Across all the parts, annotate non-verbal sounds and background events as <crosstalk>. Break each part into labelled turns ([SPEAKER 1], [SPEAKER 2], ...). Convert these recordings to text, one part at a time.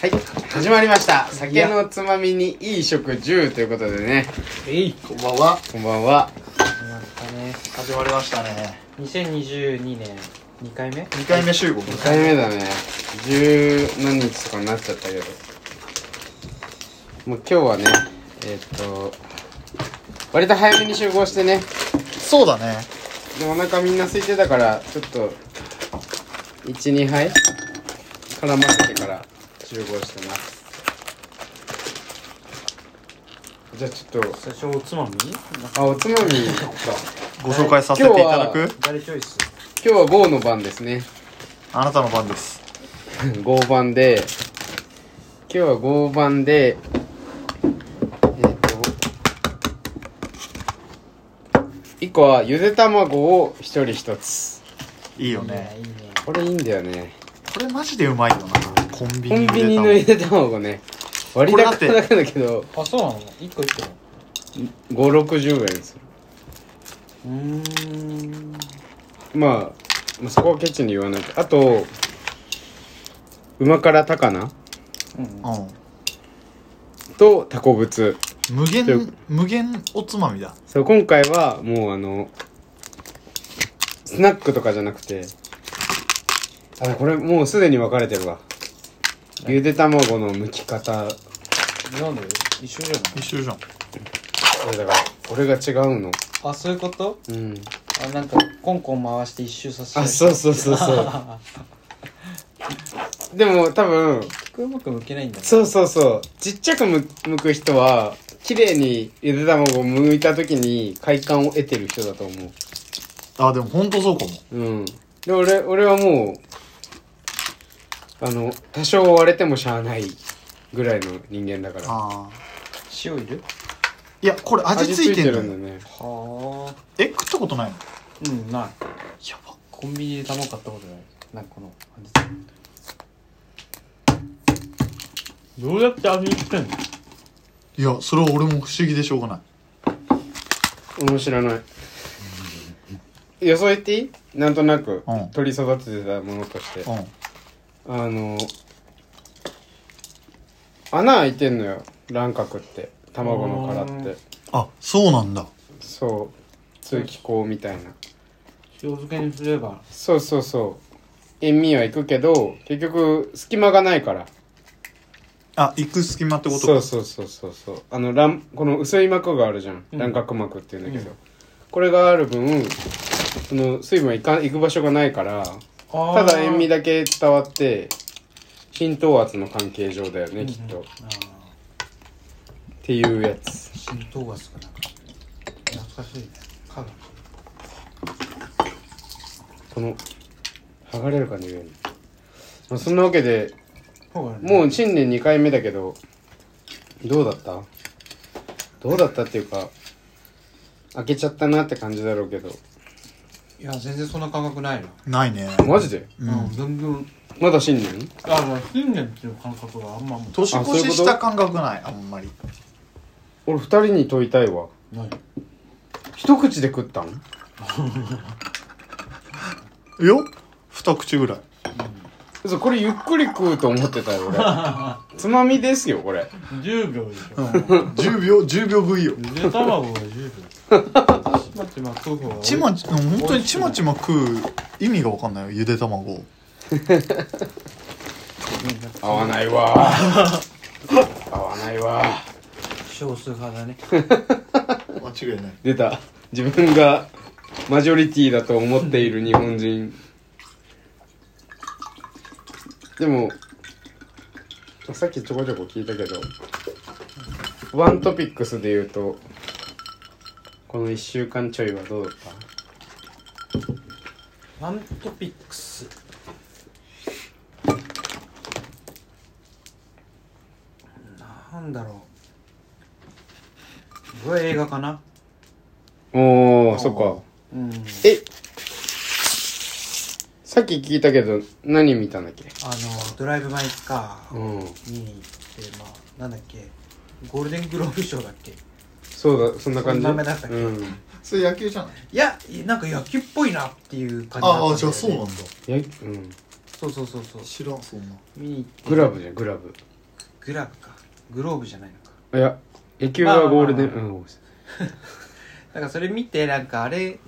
[SPEAKER 1] はい始まりました酒のつまみにいい食10ということでね
[SPEAKER 2] えい
[SPEAKER 3] こんばんは。
[SPEAKER 1] こんばんは
[SPEAKER 2] 始まったね
[SPEAKER 3] 始まりましたね。
[SPEAKER 2] 2022年2回目
[SPEAKER 3] 2回目集合。
[SPEAKER 1] 2回目だね十何日とかになっちゃったけどもう今日はねえっと割と早めに集合してね
[SPEAKER 3] そうだね。
[SPEAKER 1] でお腹みんな空いてたからちょっと12杯絡ませてから集合してますじゃあちょっと
[SPEAKER 2] 最初おつまみ
[SPEAKER 1] あおつまみ <laughs> か
[SPEAKER 3] ご紹介させていただ
[SPEAKER 1] 今
[SPEAKER 3] く、
[SPEAKER 2] 誰チョイス
[SPEAKER 1] 今日は某の番ですね
[SPEAKER 3] あなたの番です。
[SPEAKER 1] 合番で今日は合番でえっ、と1個はゆで卵を1人1つ
[SPEAKER 3] いいよ
[SPEAKER 2] いいね
[SPEAKER 3] ね。
[SPEAKER 2] いいね
[SPEAKER 1] これいいんだよね
[SPEAKER 3] これマジでうまいよな。コンビ
[SPEAKER 1] コン
[SPEAKER 3] ニ
[SPEAKER 1] ビ
[SPEAKER 3] で
[SPEAKER 1] ニのゆで卵ね割
[SPEAKER 3] れだっ
[SPEAKER 1] 高
[SPEAKER 3] て
[SPEAKER 1] なんだけど
[SPEAKER 2] あそうなの1個1
[SPEAKER 1] 560円す
[SPEAKER 2] 個うーん
[SPEAKER 1] るまあまあそこはケチに言わないけどあとうま辛高菜とタコブツ
[SPEAKER 3] うん。無
[SPEAKER 1] という
[SPEAKER 3] 限、無限おつまみだ。
[SPEAKER 1] そう今回はもうあのスナックとかじゃなくてあこれもうすでに分かれてるわゆで卵の剥き方
[SPEAKER 2] なんで一緒じゃない
[SPEAKER 3] 一緒じゃん。
[SPEAKER 1] これだからこれが違うの
[SPEAKER 2] あそういうこと
[SPEAKER 1] うん
[SPEAKER 2] あなんかコンコン回して一周させ
[SPEAKER 1] あそうそうそうそう <laughs> でも多分
[SPEAKER 2] 結局うまく向けないんだね
[SPEAKER 1] そうそうそうちっちゃくむ剥く人は綺麗にゆで卵を剥いた時に快感を得てる人だと思う
[SPEAKER 3] あ、でもほんとそうかも。
[SPEAKER 1] うん。で、俺、俺はもう、あの、多少割れてもしゃあないぐらいの人間だから。
[SPEAKER 3] ああ。
[SPEAKER 2] 塩いる
[SPEAKER 3] いや、これ味ついてる
[SPEAKER 1] んだ
[SPEAKER 3] の
[SPEAKER 1] よ
[SPEAKER 3] よ。
[SPEAKER 1] ね。
[SPEAKER 2] はあ
[SPEAKER 3] え、食ったことないの
[SPEAKER 2] うんない
[SPEAKER 3] やば。
[SPEAKER 2] コンビニで卵買ったことないなんかこのどうやって味付けんの
[SPEAKER 3] いや、それは俺も不思議でしょうがない。
[SPEAKER 1] 面白ない。予想言っていいなんとなく、
[SPEAKER 3] うん
[SPEAKER 1] 鳥育ててたものとして。
[SPEAKER 3] うん。
[SPEAKER 1] あの、穴開いてんのよ。卵殻って。卵の殻って。
[SPEAKER 3] あ、そうなんだ。
[SPEAKER 1] そう。通気口みたいな。
[SPEAKER 2] 塩漬けにすれば
[SPEAKER 1] そうそうそう。塩味はいくけど、結局、隙間がないから。
[SPEAKER 3] あ、行く隙間ってこと
[SPEAKER 1] そう
[SPEAKER 3] か。
[SPEAKER 1] そうそうそうそうあの卵この薄い膜があるじゃん
[SPEAKER 2] うん
[SPEAKER 1] 卵殻膜っていうんだけど、
[SPEAKER 2] うん
[SPEAKER 1] これがある分その水分はいか行く場所がないからただ塩味
[SPEAKER 2] だ
[SPEAKER 1] だけ伝わって浸透圧の関係上だよね、きっとっていうやつ
[SPEAKER 2] 浸透圧かなんか懐かしいねかが
[SPEAKER 1] この剥がれる感じがいいねまあそんなわけで
[SPEAKER 2] そうだね
[SPEAKER 1] もう新年2回目だけどどうだったどうだったっていうか開けちゃったなって感じだろうけど
[SPEAKER 2] いや全然そんな感覚ないな
[SPEAKER 3] ないね。
[SPEAKER 1] マジで
[SPEAKER 3] う
[SPEAKER 2] うん
[SPEAKER 3] ん。
[SPEAKER 2] 全然
[SPEAKER 1] まだ新年
[SPEAKER 2] あの新年っていう感覚があんまも
[SPEAKER 3] 年
[SPEAKER 1] あそういうこ
[SPEAKER 3] 越し
[SPEAKER 1] と
[SPEAKER 3] した感覚ない、あんまり。
[SPEAKER 1] 俺二人に問いたいわ
[SPEAKER 2] うない
[SPEAKER 1] 一口で食ったん
[SPEAKER 3] いや、二口ぐらい。
[SPEAKER 1] そうこれゆっくり食うと思ってたよ俺つまみですよこれ
[SPEAKER 2] 10秒でしょ
[SPEAKER 3] 10秒10秒食いよ
[SPEAKER 2] ゆで卵は10秒ちまちま食う方が多い
[SPEAKER 3] ちまち本当にちまちま食う意味が分かんないよゆで卵を
[SPEAKER 1] 合わないわ合わないわ
[SPEAKER 2] 少数派だね
[SPEAKER 3] 間違いない
[SPEAKER 1] 出た自分がマジョリティだと思っている日本人でもさっきちょこちょこ聞いたけどワントピックスで言うとこの1週間ちょいはどうだった
[SPEAKER 2] ワントピックスなんだろうこれ映画かな
[SPEAKER 1] おーそっか
[SPEAKER 2] うん
[SPEAKER 1] えさっき聞いたけど何見たんだっけ
[SPEAKER 2] あのドライブ・マイ・カー
[SPEAKER 1] ん
[SPEAKER 2] に行ってまあなんだっけゴールデングローブ賞だっけい
[SPEAKER 1] そうだそんな感じ
[SPEAKER 2] そんな目だったっけ
[SPEAKER 1] うん、
[SPEAKER 3] それ野球じゃない
[SPEAKER 2] やなんか野球っぽいなっていう感じだったんだよ
[SPEAKER 3] あ
[SPEAKER 2] ね
[SPEAKER 3] あじゃあそうなんだ
[SPEAKER 1] やうん、
[SPEAKER 2] そうそうそうそう
[SPEAKER 3] 知らんそんな
[SPEAKER 2] 見に行って
[SPEAKER 1] グラブじゃんグラブ
[SPEAKER 2] グラブかグローブじゃないのか
[SPEAKER 1] いや野球はゴールデン、
[SPEAKER 2] まあまあ
[SPEAKER 1] うん
[SPEAKER 2] なんかそれ見てなんかあれ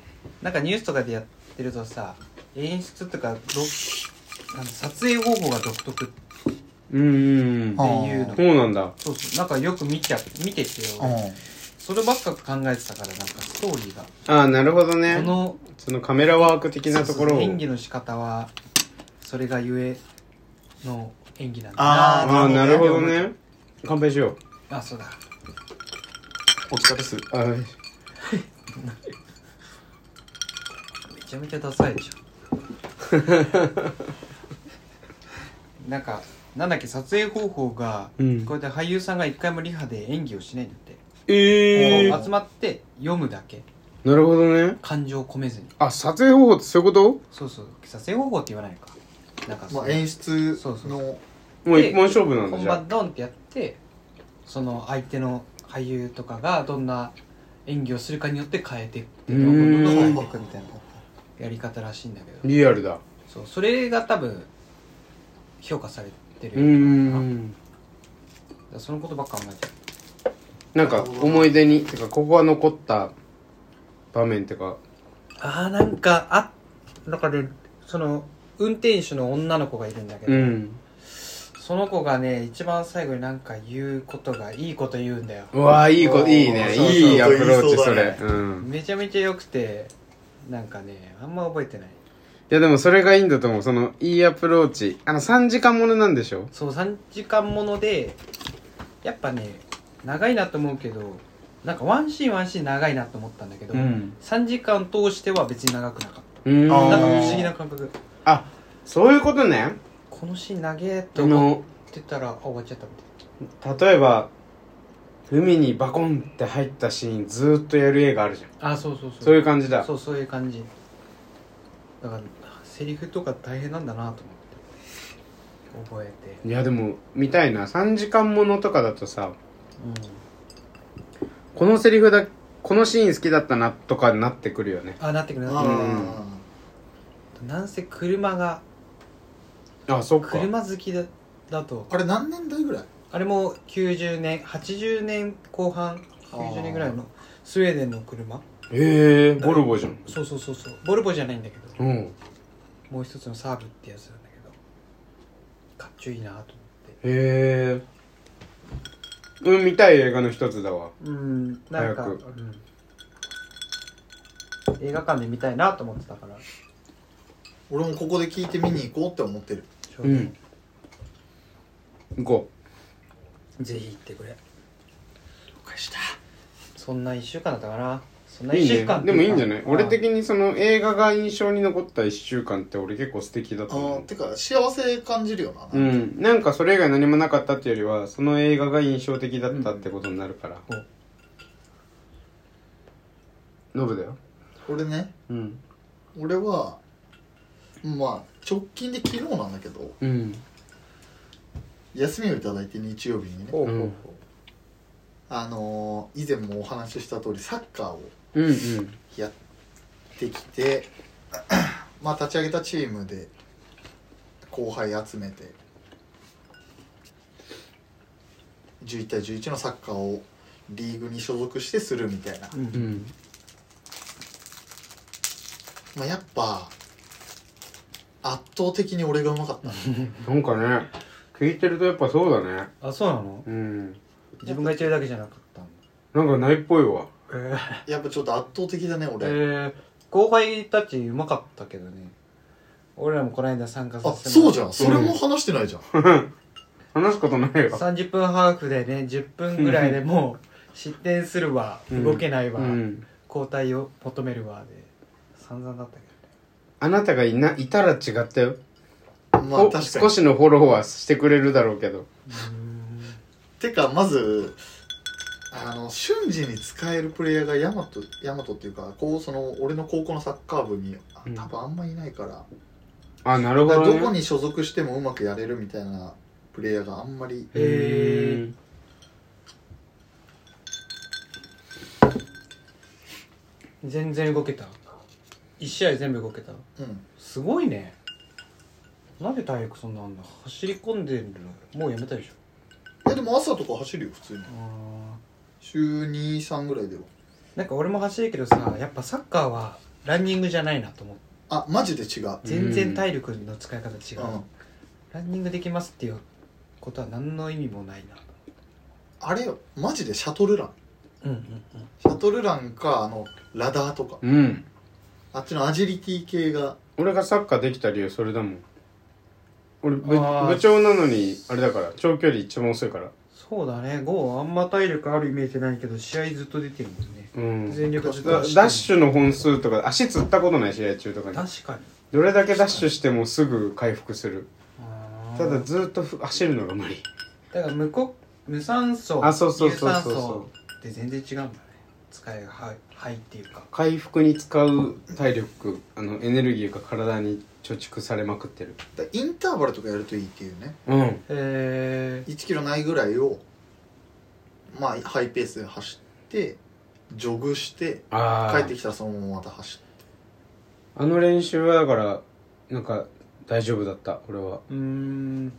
[SPEAKER 2] なんかニュースとかでやってるとさ演出とかどなんか撮影方法が独特って
[SPEAKER 1] うんうん
[SPEAKER 3] あ
[SPEAKER 2] いうの
[SPEAKER 1] そうなんだ
[SPEAKER 2] そうそうなんかよく見ちゃ見てて
[SPEAKER 3] うん
[SPEAKER 2] よそればっか考えてたからなんかストーリーが
[SPEAKER 1] ああなるほどね
[SPEAKER 2] この
[SPEAKER 1] そのカメラワーク的なところを
[SPEAKER 2] そうそう演技の仕方はそれがゆえの演技なんだな
[SPEAKER 3] あ
[SPEAKER 1] ああ
[SPEAKER 3] ー
[SPEAKER 1] なるほど
[SPEAKER 2] な
[SPEAKER 1] ね乾杯しよう
[SPEAKER 2] あそうだ
[SPEAKER 3] お疲れっす
[SPEAKER 1] あー
[SPEAKER 2] めちゃめちゃダサいでし
[SPEAKER 1] <laughs>
[SPEAKER 2] ょなんかなんだっけ撮影方法が、
[SPEAKER 1] うん
[SPEAKER 2] こうやって俳優さんが一回もリハで演技をしないんだって、
[SPEAKER 1] ええー
[SPEAKER 2] 集まって読むだけ
[SPEAKER 1] なるほどね
[SPEAKER 2] 感情を込めずに
[SPEAKER 1] あ撮影方法ってそういうこと
[SPEAKER 2] そうそう撮影方法って言わないのかなんか
[SPEAKER 3] ま
[SPEAKER 2] そ
[SPEAKER 3] あ
[SPEAKER 2] の
[SPEAKER 3] 演出
[SPEAKER 2] そうそう
[SPEAKER 3] の
[SPEAKER 1] もう一本勝負なんだ
[SPEAKER 2] 本
[SPEAKER 1] じゃ
[SPEAKER 2] 番ドンってやってその相手の俳優とかがどんな演技をするかによって変えてって
[SPEAKER 1] うー
[SPEAKER 2] どんどんどんどん
[SPEAKER 1] ん
[SPEAKER 2] 変えていくみたいなやり方らしいんだけ
[SPEAKER 1] あ
[SPEAKER 2] ど
[SPEAKER 1] リアルだ
[SPEAKER 2] そうそれが多分評価されて
[SPEAKER 1] う
[SPEAKER 2] る、
[SPEAKER 1] ーん
[SPEAKER 2] そのことばっか考えてる
[SPEAKER 1] なんか思い出にてかここは残った場面てか
[SPEAKER 2] ああなんかあなんかねその運転手の女の子がいるんだけど、
[SPEAKER 1] うん
[SPEAKER 2] その子がね一番最後になんか言うことがいいこと言うんだよ
[SPEAKER 1] うわーいい
[SPEAKER 3] お
[SPEAKER 1] こ
[SPEAKER 3] ー
[SPEAKER 1] いいね
[SPEAKER 3] そうそう
[SPEAKER 1] いいアプローチ
[SPEAKER 3] 言い
[SPEAKER 1] そ
[SPEAKER 3] そうだ
[SPEAKER 1] れ
[SPEAKER 3] ね
[SPEAKER 1] うん
[SPEAKER 2] めちゃめちゃ良くてなんかねあんま覚えてない
[SPEAKER 1] いやでもそれがいいんだと思うそのいいアプローチあの3時間ものなんでしょ
[SPEAKER 2] そう3時間ものでやっぱね長いなと思うけどなんかワンシーンワンシーン長いなと思ったんだけど、
[SPEAKER 1] ん
[SPEAKER 2] 3時間通しては別に長くなかっ
[SPEAKER 1] うーん
[SPEAKER 2] た
[SPEAKER 3] あー
[SPEAKER 2] なんか不思議な感覚
[SPEAKER 1] あそういうことね
[SPEAKER 2] このシーン長え
[SPEAKER 1] あ
[SPEAKER 2] と思
[SPEAKER 1] の
[SPEAKER 2] ってたらあ終わっちゃったみたい
[SPEAKER 1] 例えば海にバコンって入ったシーンずーっとやる映画あるじゃん
[SPEAKER 2] なあそうそうそう
[SPEAKER 1] そういう感じだ
[SPEAKER 2] そうそういう感じだからセリフとか大変なんだなと思って覚えて
[SPEAKER 1] いやでも見たいな3時間ものとかだとさ
[SPEAKER 2] う
[SPEAKER 1] このセリフだこのシーン好きだったなとかになってくるよね
[SPEAKER 2] んあなってくるなってく
[SPEAKER 3] あ
[SPEAKER 2] るなんせ車が
[SPEAKER 1] あそっか
[SPEAKER 2] 車好きだだと
[SPEAKER 3] あれ何年代ぐらい
[SPEAKER 2] あれも90年80年後半
[SPEAKER 3] あ
[SPEAKER 2] 90
[SPEAKER 3] ー
[SPEAKER 2] 年ぐらいのスウェーデンの車
[SPEAKER 1] へえボルボじゃん
[SPEAKER 2] そうそうそうそうボルボじゃないんだけ
[SPEAKER 1] う
[SPEAKER 2] ど
[SPEAKER 1] ん
[SPEAKER 2] もう一つのサーブってやつなんだけどかっちょいいなと思って
[SPEAKER 1] へえうん見たい映画の一つだわ
[SPEAKER 2] うんなんか、
[SPEAKER 1] 早
[SPEAKER 2] う
[SPEAKER 1] く
[SPEAKER 2] ん、映画館で見たいなと思ってたから
[SPEAKER 3] 俺もここで聞いて見に行こうって思ってる
[SPEAKER 2] ちょう
[SPEAKER 1] う
[SPEAKER 2] ど
[SPEAKER 1] ん行こ
[SPEAKER 2] ぜひ行ってくれ了解したそんな1週間だったかなそんな
[SPEAKER 1] うい
[SPEAKER 2] 1
[SPEAKER 1] い
[SPEAKER 2] 週
[SPEAKER 1] ね
[SPEAKER 2] 間
[SPEAKER 1] でもいいんじゃない俺
[SPEAKER 2] に
[SPEAKER 1] 的にその映画が印象に残った1週間って俺結構素敵だと
[SPEAKER 3] あ
[SPEAKER 1] 思
[SPEAKER 3] あ
[SPEAKER 1] う
[SPEAKER 3] てか幸せ感じるよな
[SPEAKER 1] うん、なんかそれ以外何もなかったっていうよりはその映画が印象的だったってことになるから、
[SPEAKER 2] うん
[SPEAKER 1] ノブだよ
[SPEAKER 3] 俺ね
[SPEAKER 1] うん
[SPEAKER 3] 俺はまあ直近で昨日なんだけど
[SPEAKER 1] うん
[SPEAKER 3] 休みをいただいて日曜日にね
[SPEAKER 2] ほうほうほ
[SPEAKER 3] あのー以前もお話しした通りサッカーを
[SPEAKER 1] うんうん
[SPEAKER 3] やってきて <clears throat> まあ立ち上げたチームで後輩集めて11対11のサッカーをリーグに所属してするみたいな、
[SPEAKER 2] ううん
[SPEAKER 1] ん
[SPEAKER 3] まあ、やっぱ圧倒的に俺がうまかった
[SPEAKER 1] なんかね聞いてるとやっぱそうだね
[SPEAKER 2] あそうなの
[SPEAKER 1] うん
[SPEAKER 2] 自分が言ってるだけじゃなかったんだ
[SPEAKER 1] なんかないっぽいわ
[SPEAKER 2] え
[SPEAKER 3] やっぱちょっと圧倒的だね俺、
[SPEAKER 2] えー後輩たちうまかったけどね俺らもこの間参加さ
[SPEAKER 3] あ
[SPEAKER 2] せても
[SPEAKER 3] そ
[SPEAKER 2] ら
[SPEAKER 3] う
[SPEAKER 2] っ
[SPEAKER 3] じ
[SPEAKER 2] た
[SPEAKER 3] ゃんそれも話してないじゃん、
[SPEAKER 1] 話すことないわ
[SPEAKER 2] 30分ハーフでね10分ぐらいでもう失点するわ、
[SPEAKER 1] うん
[SPEAKER 2] 動けないわ、
[SPEAKER 1] うん
[SPEAKER 2] 交代を求めるわで散々だったけどね
[SPEAKER 1] あなたがいないたら違ったよ、
[SPEAKER 3] まあ
[SPEAKER 1] お
[SPEAKER 3] 確かに
[SPEAKER 1] 少しのフォローはしてくれるだろうけど
[SPEAKER 3] てかまずあの瞬時に使えるプレイヤーがヤマトヤマトっていうかこうその俺の高校のサッカー部にあ
[SPEAKER 1] うん
[SPEAKER 3] 多分あんまいないから,、
[SPEAKER 1] あなるほ
[SPEAKER 3] だから
[SPEAKER 1] ど、
[SPEAKER 3] ど
[SPEAKER 1] ね、
[SPEAKER 3] こに所属してもうまくやれるみたいなプレイヤーがあんまり
[SPEAKER 2] へー全然動けた1試合全部動けた
[SPEAKER 3] うん
[SPEAKER 2] すごいねなんで体育そんなあんだ走り込んでるのもうやめたでしょ
[SPEAKER 3] えでも朝とか走るよ普通に
[SPEAKER 2] うん
[SPEAKER 3] 週23ぐらいでは
[SPEAKER 2] なんか俺も走るけどさやっぱサッカーはランニングじゃないなと思って
[SPEAKER 3] あマジで違う
[SPEAKER 2] 全然体力の使い方違う、
[SPEAKER 3] うん
[SPEAKER 2] ランニングできますっていうことは何の意味もないな
[SPEAKER 3] あれよマジでシャトルラン
[SPEAKER 2] うんうんうん
[SPEAKER 3] シャトルランかあのラダーとか
[SPEAKER 1] うん
[SPEAKER 3] あっちのアジリティ系が
[SPEAKER 1] 俺がサッカーできた理由それだもん俺部
[SPEAKER 2] あー
[SPEAKER 1] 部長なのにあれだから長距離一番遅いから
[SPEAKER 2] そうだねゴーあんま体力あるイメージないけど試合ずっと出てるもんね
[SPEAKER 1] うん
[SPEAKER 2] 全力で
[SPEAKER 1] だダッシュの本数とか足つったことない試合中とかに
[SPEAKER 2] 確かに
[SPEAKER 1] どれだけダッシュしてもすぐ回復する
[SPEAKER 2] あー
[SPEAKER 1] ただずっとふ走るのが無理
[SPEAKER 2] だから無こ無酸素
[SPEAKER 1] あそうそうそうそうそう
[SPEAKER 2] 有酸素って全然違うんだね使いがはいはいっていうか
[SPEAKER 1] 回復に使う体力あのエネルギーが体に貯蓄されまくってる
[SPEAKER 3] だインターバルとかやるといいっていうね
[SPEAKER 1] うん
[SPEAKER 2] へえ
[SPEAKER 3] 1キロないぐらいをまあハイペースで走ってジョグして
[SPEAKER 1] あ
[SPEAKER 3] 帰
[SPEAKER 1] あ
[SPEAKER 3] ってきたらそのまままた走って
[SPEAKER 1] あの練習はだからなんか大丈夫だった俺は
[SPEAKER 2] う
[SPEAKER 1] <laughs>
[SPEAKER 2] ーん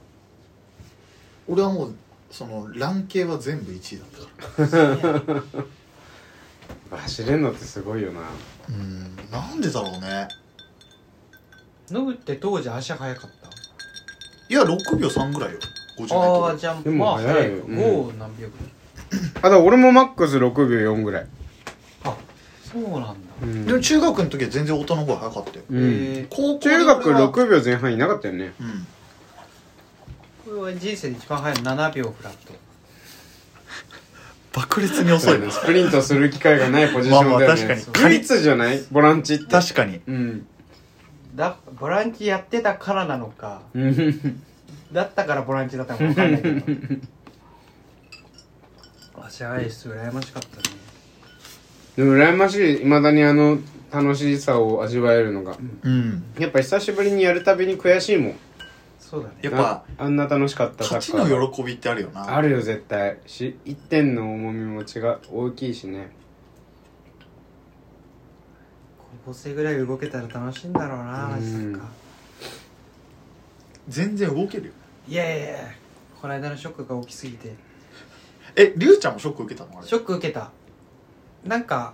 [SPEAKER 3] 俺はもうそのラン系は全部1位だったか
[SPEAKER 1] 走れんのってすごいよな
[SPEAKER 3] らうんなんでだろうね
[SPEAKER 2] ノブって当時足速かった
[SPEAKER 3] いや6秒3ぐらいよ
[SPEAKER 2] あ
[SPEAKER 3] 50メ
[SPEAKER 2] あ
[SPEAKER 3] ート
[SPEAKER 2] じゃあ
[SPEAKER 1] でも
[SPEAKER 2] まあ
[SPEAKER 1] 早いよ
[SPEAKER 2] 早い
[SPEAKER 1] うん
[SPEAKER 2] 5何秒ぐらい
[SPEAKER 1] あだから俺もマックス6秒4ぐらい
[SPEAKER 2] あそうなんだ
[SPEAKER 1] うん
[SPEAKER 3] ルでも中学の時は全然音の方が早かったよ
[SPEAKER 1] うん
[SPEAKER 2] えー
[SPEAKER 3] 高校で
[SPEAKER 1] 中学
[SPEAKER 3] 俺は
[SPEAKER 1] 6秒前半いなかったよね
[SPEAKER 3] うん
[SPEAKER 2] これは人生で一番早い7秒フラット
[SPEAKER 3] 爆裂に遅いな
[SPEAKER 1] <laughs> スプリントする機会がないポジションだよね
[SPEAKER 3] まあまあ確かに
[SPEAKER 1] 唯一じゃないボランチって
[SPEAKER 3] 確かに
[SPEAKER 1] うん
[SPEAKER 2] だボランチやってたからなのか
[SPEAKER 1] うん
[SPEAKER 2] だったからボランチだったのか分かんないけ
[SPEAKER 1] <laughs>
[SPEAKER 2] ど足早いっす羨ましかったね
[SPEAKER 1] でも羨ましい未だにあの楽しさを味わえるのが
[SPEAKER 3] うん
[SPEAKER 1] やっぱ久しぶりにやるたびに悔しいもん
[SPEAKER 2] そうだね
[SPEAKER 3] やっぱ
[SPEAKER 1] ああんな楽しかったサ
[SPEAKER 3] 勝
[SPEAKER 1] ッ
[SPEAKER 3] ち
[SPEAKER 1] カー
[SPEAKER 3] の喜びってあるよな
[SPEAKER 1] あるよ絶対し1点の重みも違う大きいしね
[SPEAKER 2] 高校生ぐらい動けたら楽しいんだろうな
[SPEAKER 1] うん
[SPEAKER 2] サッカー
[SPEAKER 3] 全然動けるよ
[SPEAKER 2] いやいやいやこの間のショックが大きすぎて
[SPEAKER 3] えりゅうちゃんもショック受けたのあれ
[SPEAKER 2] ショック受けたなんか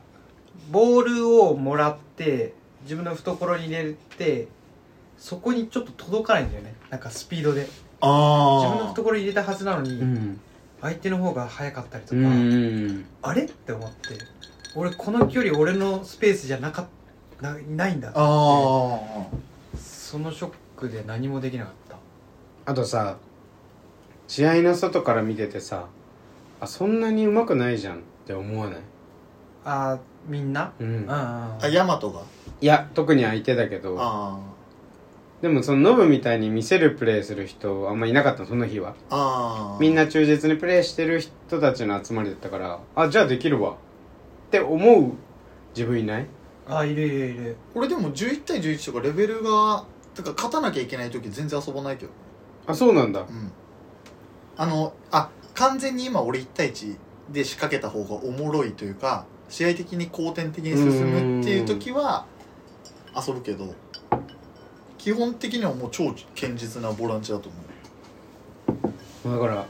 [SPEAKER 2] ボールをもらって自分の懐に入れてそこにちょっと届かないんだよねなんかスピードで自分の
[SPEAKER 3] ああ
[SPEAKER 2] 懐に入れたはずなのに、
[SPEAKER 1] うん
[SPEAKER 2] 相手の方が速かったりと
[SPEAKER 1] う
[SPEAKER 2] か、
[SPEAKER 1] ん
[SPEAKER 2] あれって思って俺この距離俺のスペースじゃなかっなないん
[SPEAKER 3] あ
[SPEAKER 2] だ
[SPEAKER 3] あ
[SPEAKER 2] そのショックで何もできなかった
[SPEAKER 1] あとさ試合の外から見ててさあそんなにうまくないじゃんって思わない、
[SPEAKER 2] あーみんな
[SPEAKER 1] うん
[SPEAKER 2] うんうんうん
[SPEAKER 3] あヤマトが
[SPEAKER 1] いや特に相手だけど
[SPEAKER 3] あ
[SPEAKER 1] でもそのノブみたいに見せるプレーする人あんまいなかったのその日は
[SPEAKER 3] あああ
[SPEAKER 1] みんな忠実にプレーしてる人たちの集まりだったからあじゃあできるわって思う自分いない
[SPEAKER 2] あいるいるいる
[SPEAKER 3] 俺でも11対11とかレベルがてか勝たなきゃいけない時全然遊ばないけど
[SPEAKER 1] あそうなんだ
[SPEAKER 3] うんあのあ完全に今俺1対1で仕掛けた方がおもろいというか試合的に好転的に進むっていう時は遊ぶけど基本的にはもう超堅実なボランチだと思う
[SPEAKER 1] だから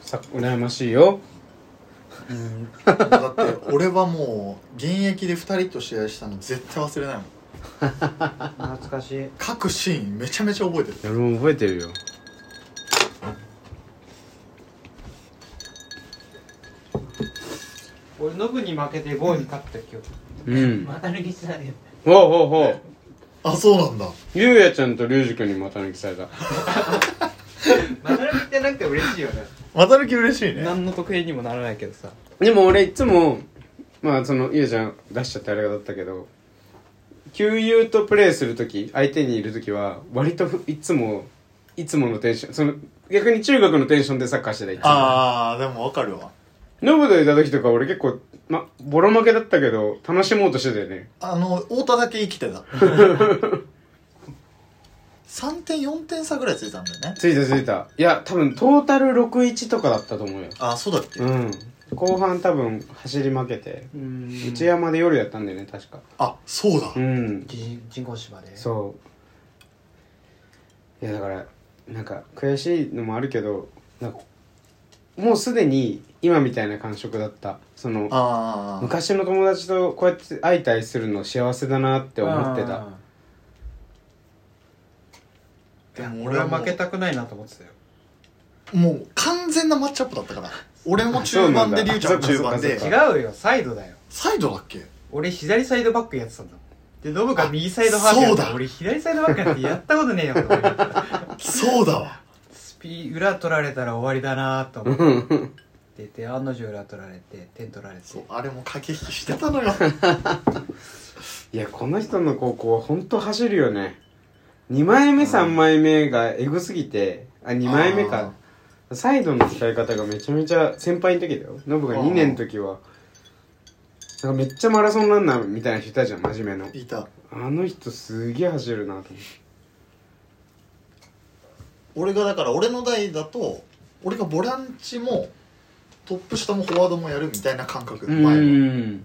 [SPEAKER 1] さ羨ましいよ
[SPEAKER 2] うん
[SPEAKER 3] だって <laughs> 俺はもう現役で2人と試合したの絶対忘れないもん
[SPEAKER 2] 懐かしい
[SPEAKER 3] 各シーンめちゃめちゃ覚えてる
[SPEAKER 1] 俺も覚えてるよ
[SPEAKER 2] 俺ノブに負けてゴーに勝った記憶
[SPEAKER 1] うん
[SPEAKER 4] また抜きしたよ
[SPEAKER 1] ほうほうほう
[SPEAKER 3] あそうなんだ
[SPEAKER 1] ゆうやちゃんとりゅうじくんに股抜きされた
[SPEAKER 2] また抜きってなくて嬉しいよ <laughs> ね
[SPEAKER 3] 股抜き嬉しいね
[SPEAKER 2] 何の得意にもならないけどさ
[SPEAKER 1] でも俺いつもまあそのゆうやちゃん出しちゃってあれだったけど旧友とプレーする時相手にいる時は割とふいつもいつものテンションその逆に中学のテンションでサッカーしてたいつも
[SPEAKER 3] ああでもわかるわ
[SPEAKER 1] ノブといた時とか俺結構、ま、ボロ負けだったけど楽しもうとしてたよね
[SPEAKER 3] あの太田だけ生きてた3点4点差ぐらいついたんだよね
[SPEAKER 1] ついたついたいや多分トータル61とかだったと思うよ
[SPEAKER 3] あそうだっけ
[SPEAKER 1] うん後半多分走り負けて
[SPEAKER 2] うん
[SPEAKER 1] 内山で夜やったんだよね確か
[SPEAKER 3] あそうだ
[SPEAKER 1] うん
[SPEAKER 2] 人人工芝で
[SPEAKER 1] そういやだからなんか悔しいのもあるけどなんかもうすでに今みたいな感触だったその
[SPEAKER 3] ああ
[SPEAKER 1] 昔の友達とこうやって会いたいするの幸せだなって思ってた
[SPEAKER 3] でも
[SPEAKER 2] 俺
[SPEAKER 3] 俺
[SPEAKER 2] は
[SPEAKER 3] は
[SPEAKER 2] 負けたくないなと思ってたよ
[SPEAKER 3] もう完全なマッチアップだったから俺も
[SPEAKER 1] そうな
[SPEAKER 3] 中
[SPEAKER 1] ん
[SPEAKER 3] 盤
[SPEAKER 1] だ
[SPEAKER 3] でリュウちゃんも中盤
[SPEAKER 1] そっかそっ
[SPEAKER 3] で
[SPEAKER 1] か
[SPEAKER 2] 違うよサイドだよ
[SPEAKER 3] サイドだっけ
[SPEAKER 2] 俺左サイドバックやってたんだもんでノブが右サイドハーフやっ
[SPEAKER 3] あそう
[SPEAKER 2] た
[SPEAKER 3] だ
[SPEAKER 2] 俺左サイドバックなんてやったことねえよと思って
[SPEAKER 3] そうだわ
[SPEAKER 2] スピ裏取られたら終わりだなと思ってて案の定裏取られて点取られて
[SPEAKER 3] そうあれも駆け引きしてたのよ
[SPEAKER 1] いやこの人の高校は本当走るよね2枚目3枚目がエグすぎてあ2枚目かサイドの使い方がめちゃめちゃ先輩の時だよノブが2年の時はなんかめっちゃマラソンランナーみたいな人いたじゃん真面目の
[SPEAKER 3] いた
[SPEAKER 1] あの人すげえ走るなと思って
[SPEAKER 3] 俺がだから俺の代だと俺がボランチもトップ下もフォワードもやるみたいな感覚
[SPEAKER 1] う
[SPEAKER 3] 前は
[SPEAKER 1] ん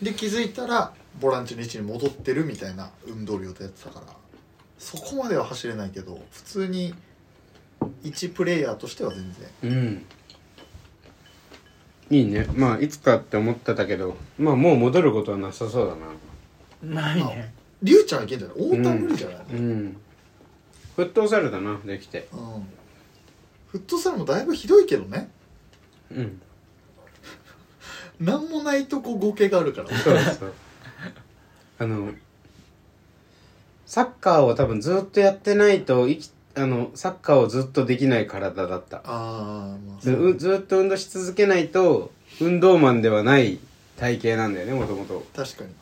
[SPEAKER 3] で気づいたらボランチの位置に戻ってるみたいな運動量とやってたからそこまでは走れないけど普通に一プレイヤーとしては全然
[SPEAKER 1] うんいいねまあいつかって思ってたけどまあもう戻ることはなさそうだな
[SPEAKER 2] ないね
[SPEAKER 3] リュウちゃんはいけんじゃない太田無理じゃない、
[SPEAKER 1] う
[SPEAKER 3] う
[SPEAKER 1] んんフットサルだなできて
[SPEAKER 3] フットサルもだいぶひどいけどね
[SPEAKER 1] うん
[SPEAKER 3] なんもないとこ合計があ
[SPEAKER 1] <laughs>
[SPEAKER 3] るから
[SPEAKER 1] そうそうあのサッカーを多分ずっとやってないと生きあのサッカーをずっとできない体だった
[SPEAKER 3] ああまあ
[SPEAKER 1] でうずっと運動し続けないと運動マンではない体型なんだよねもともと
[SPEAKER 3] 確かに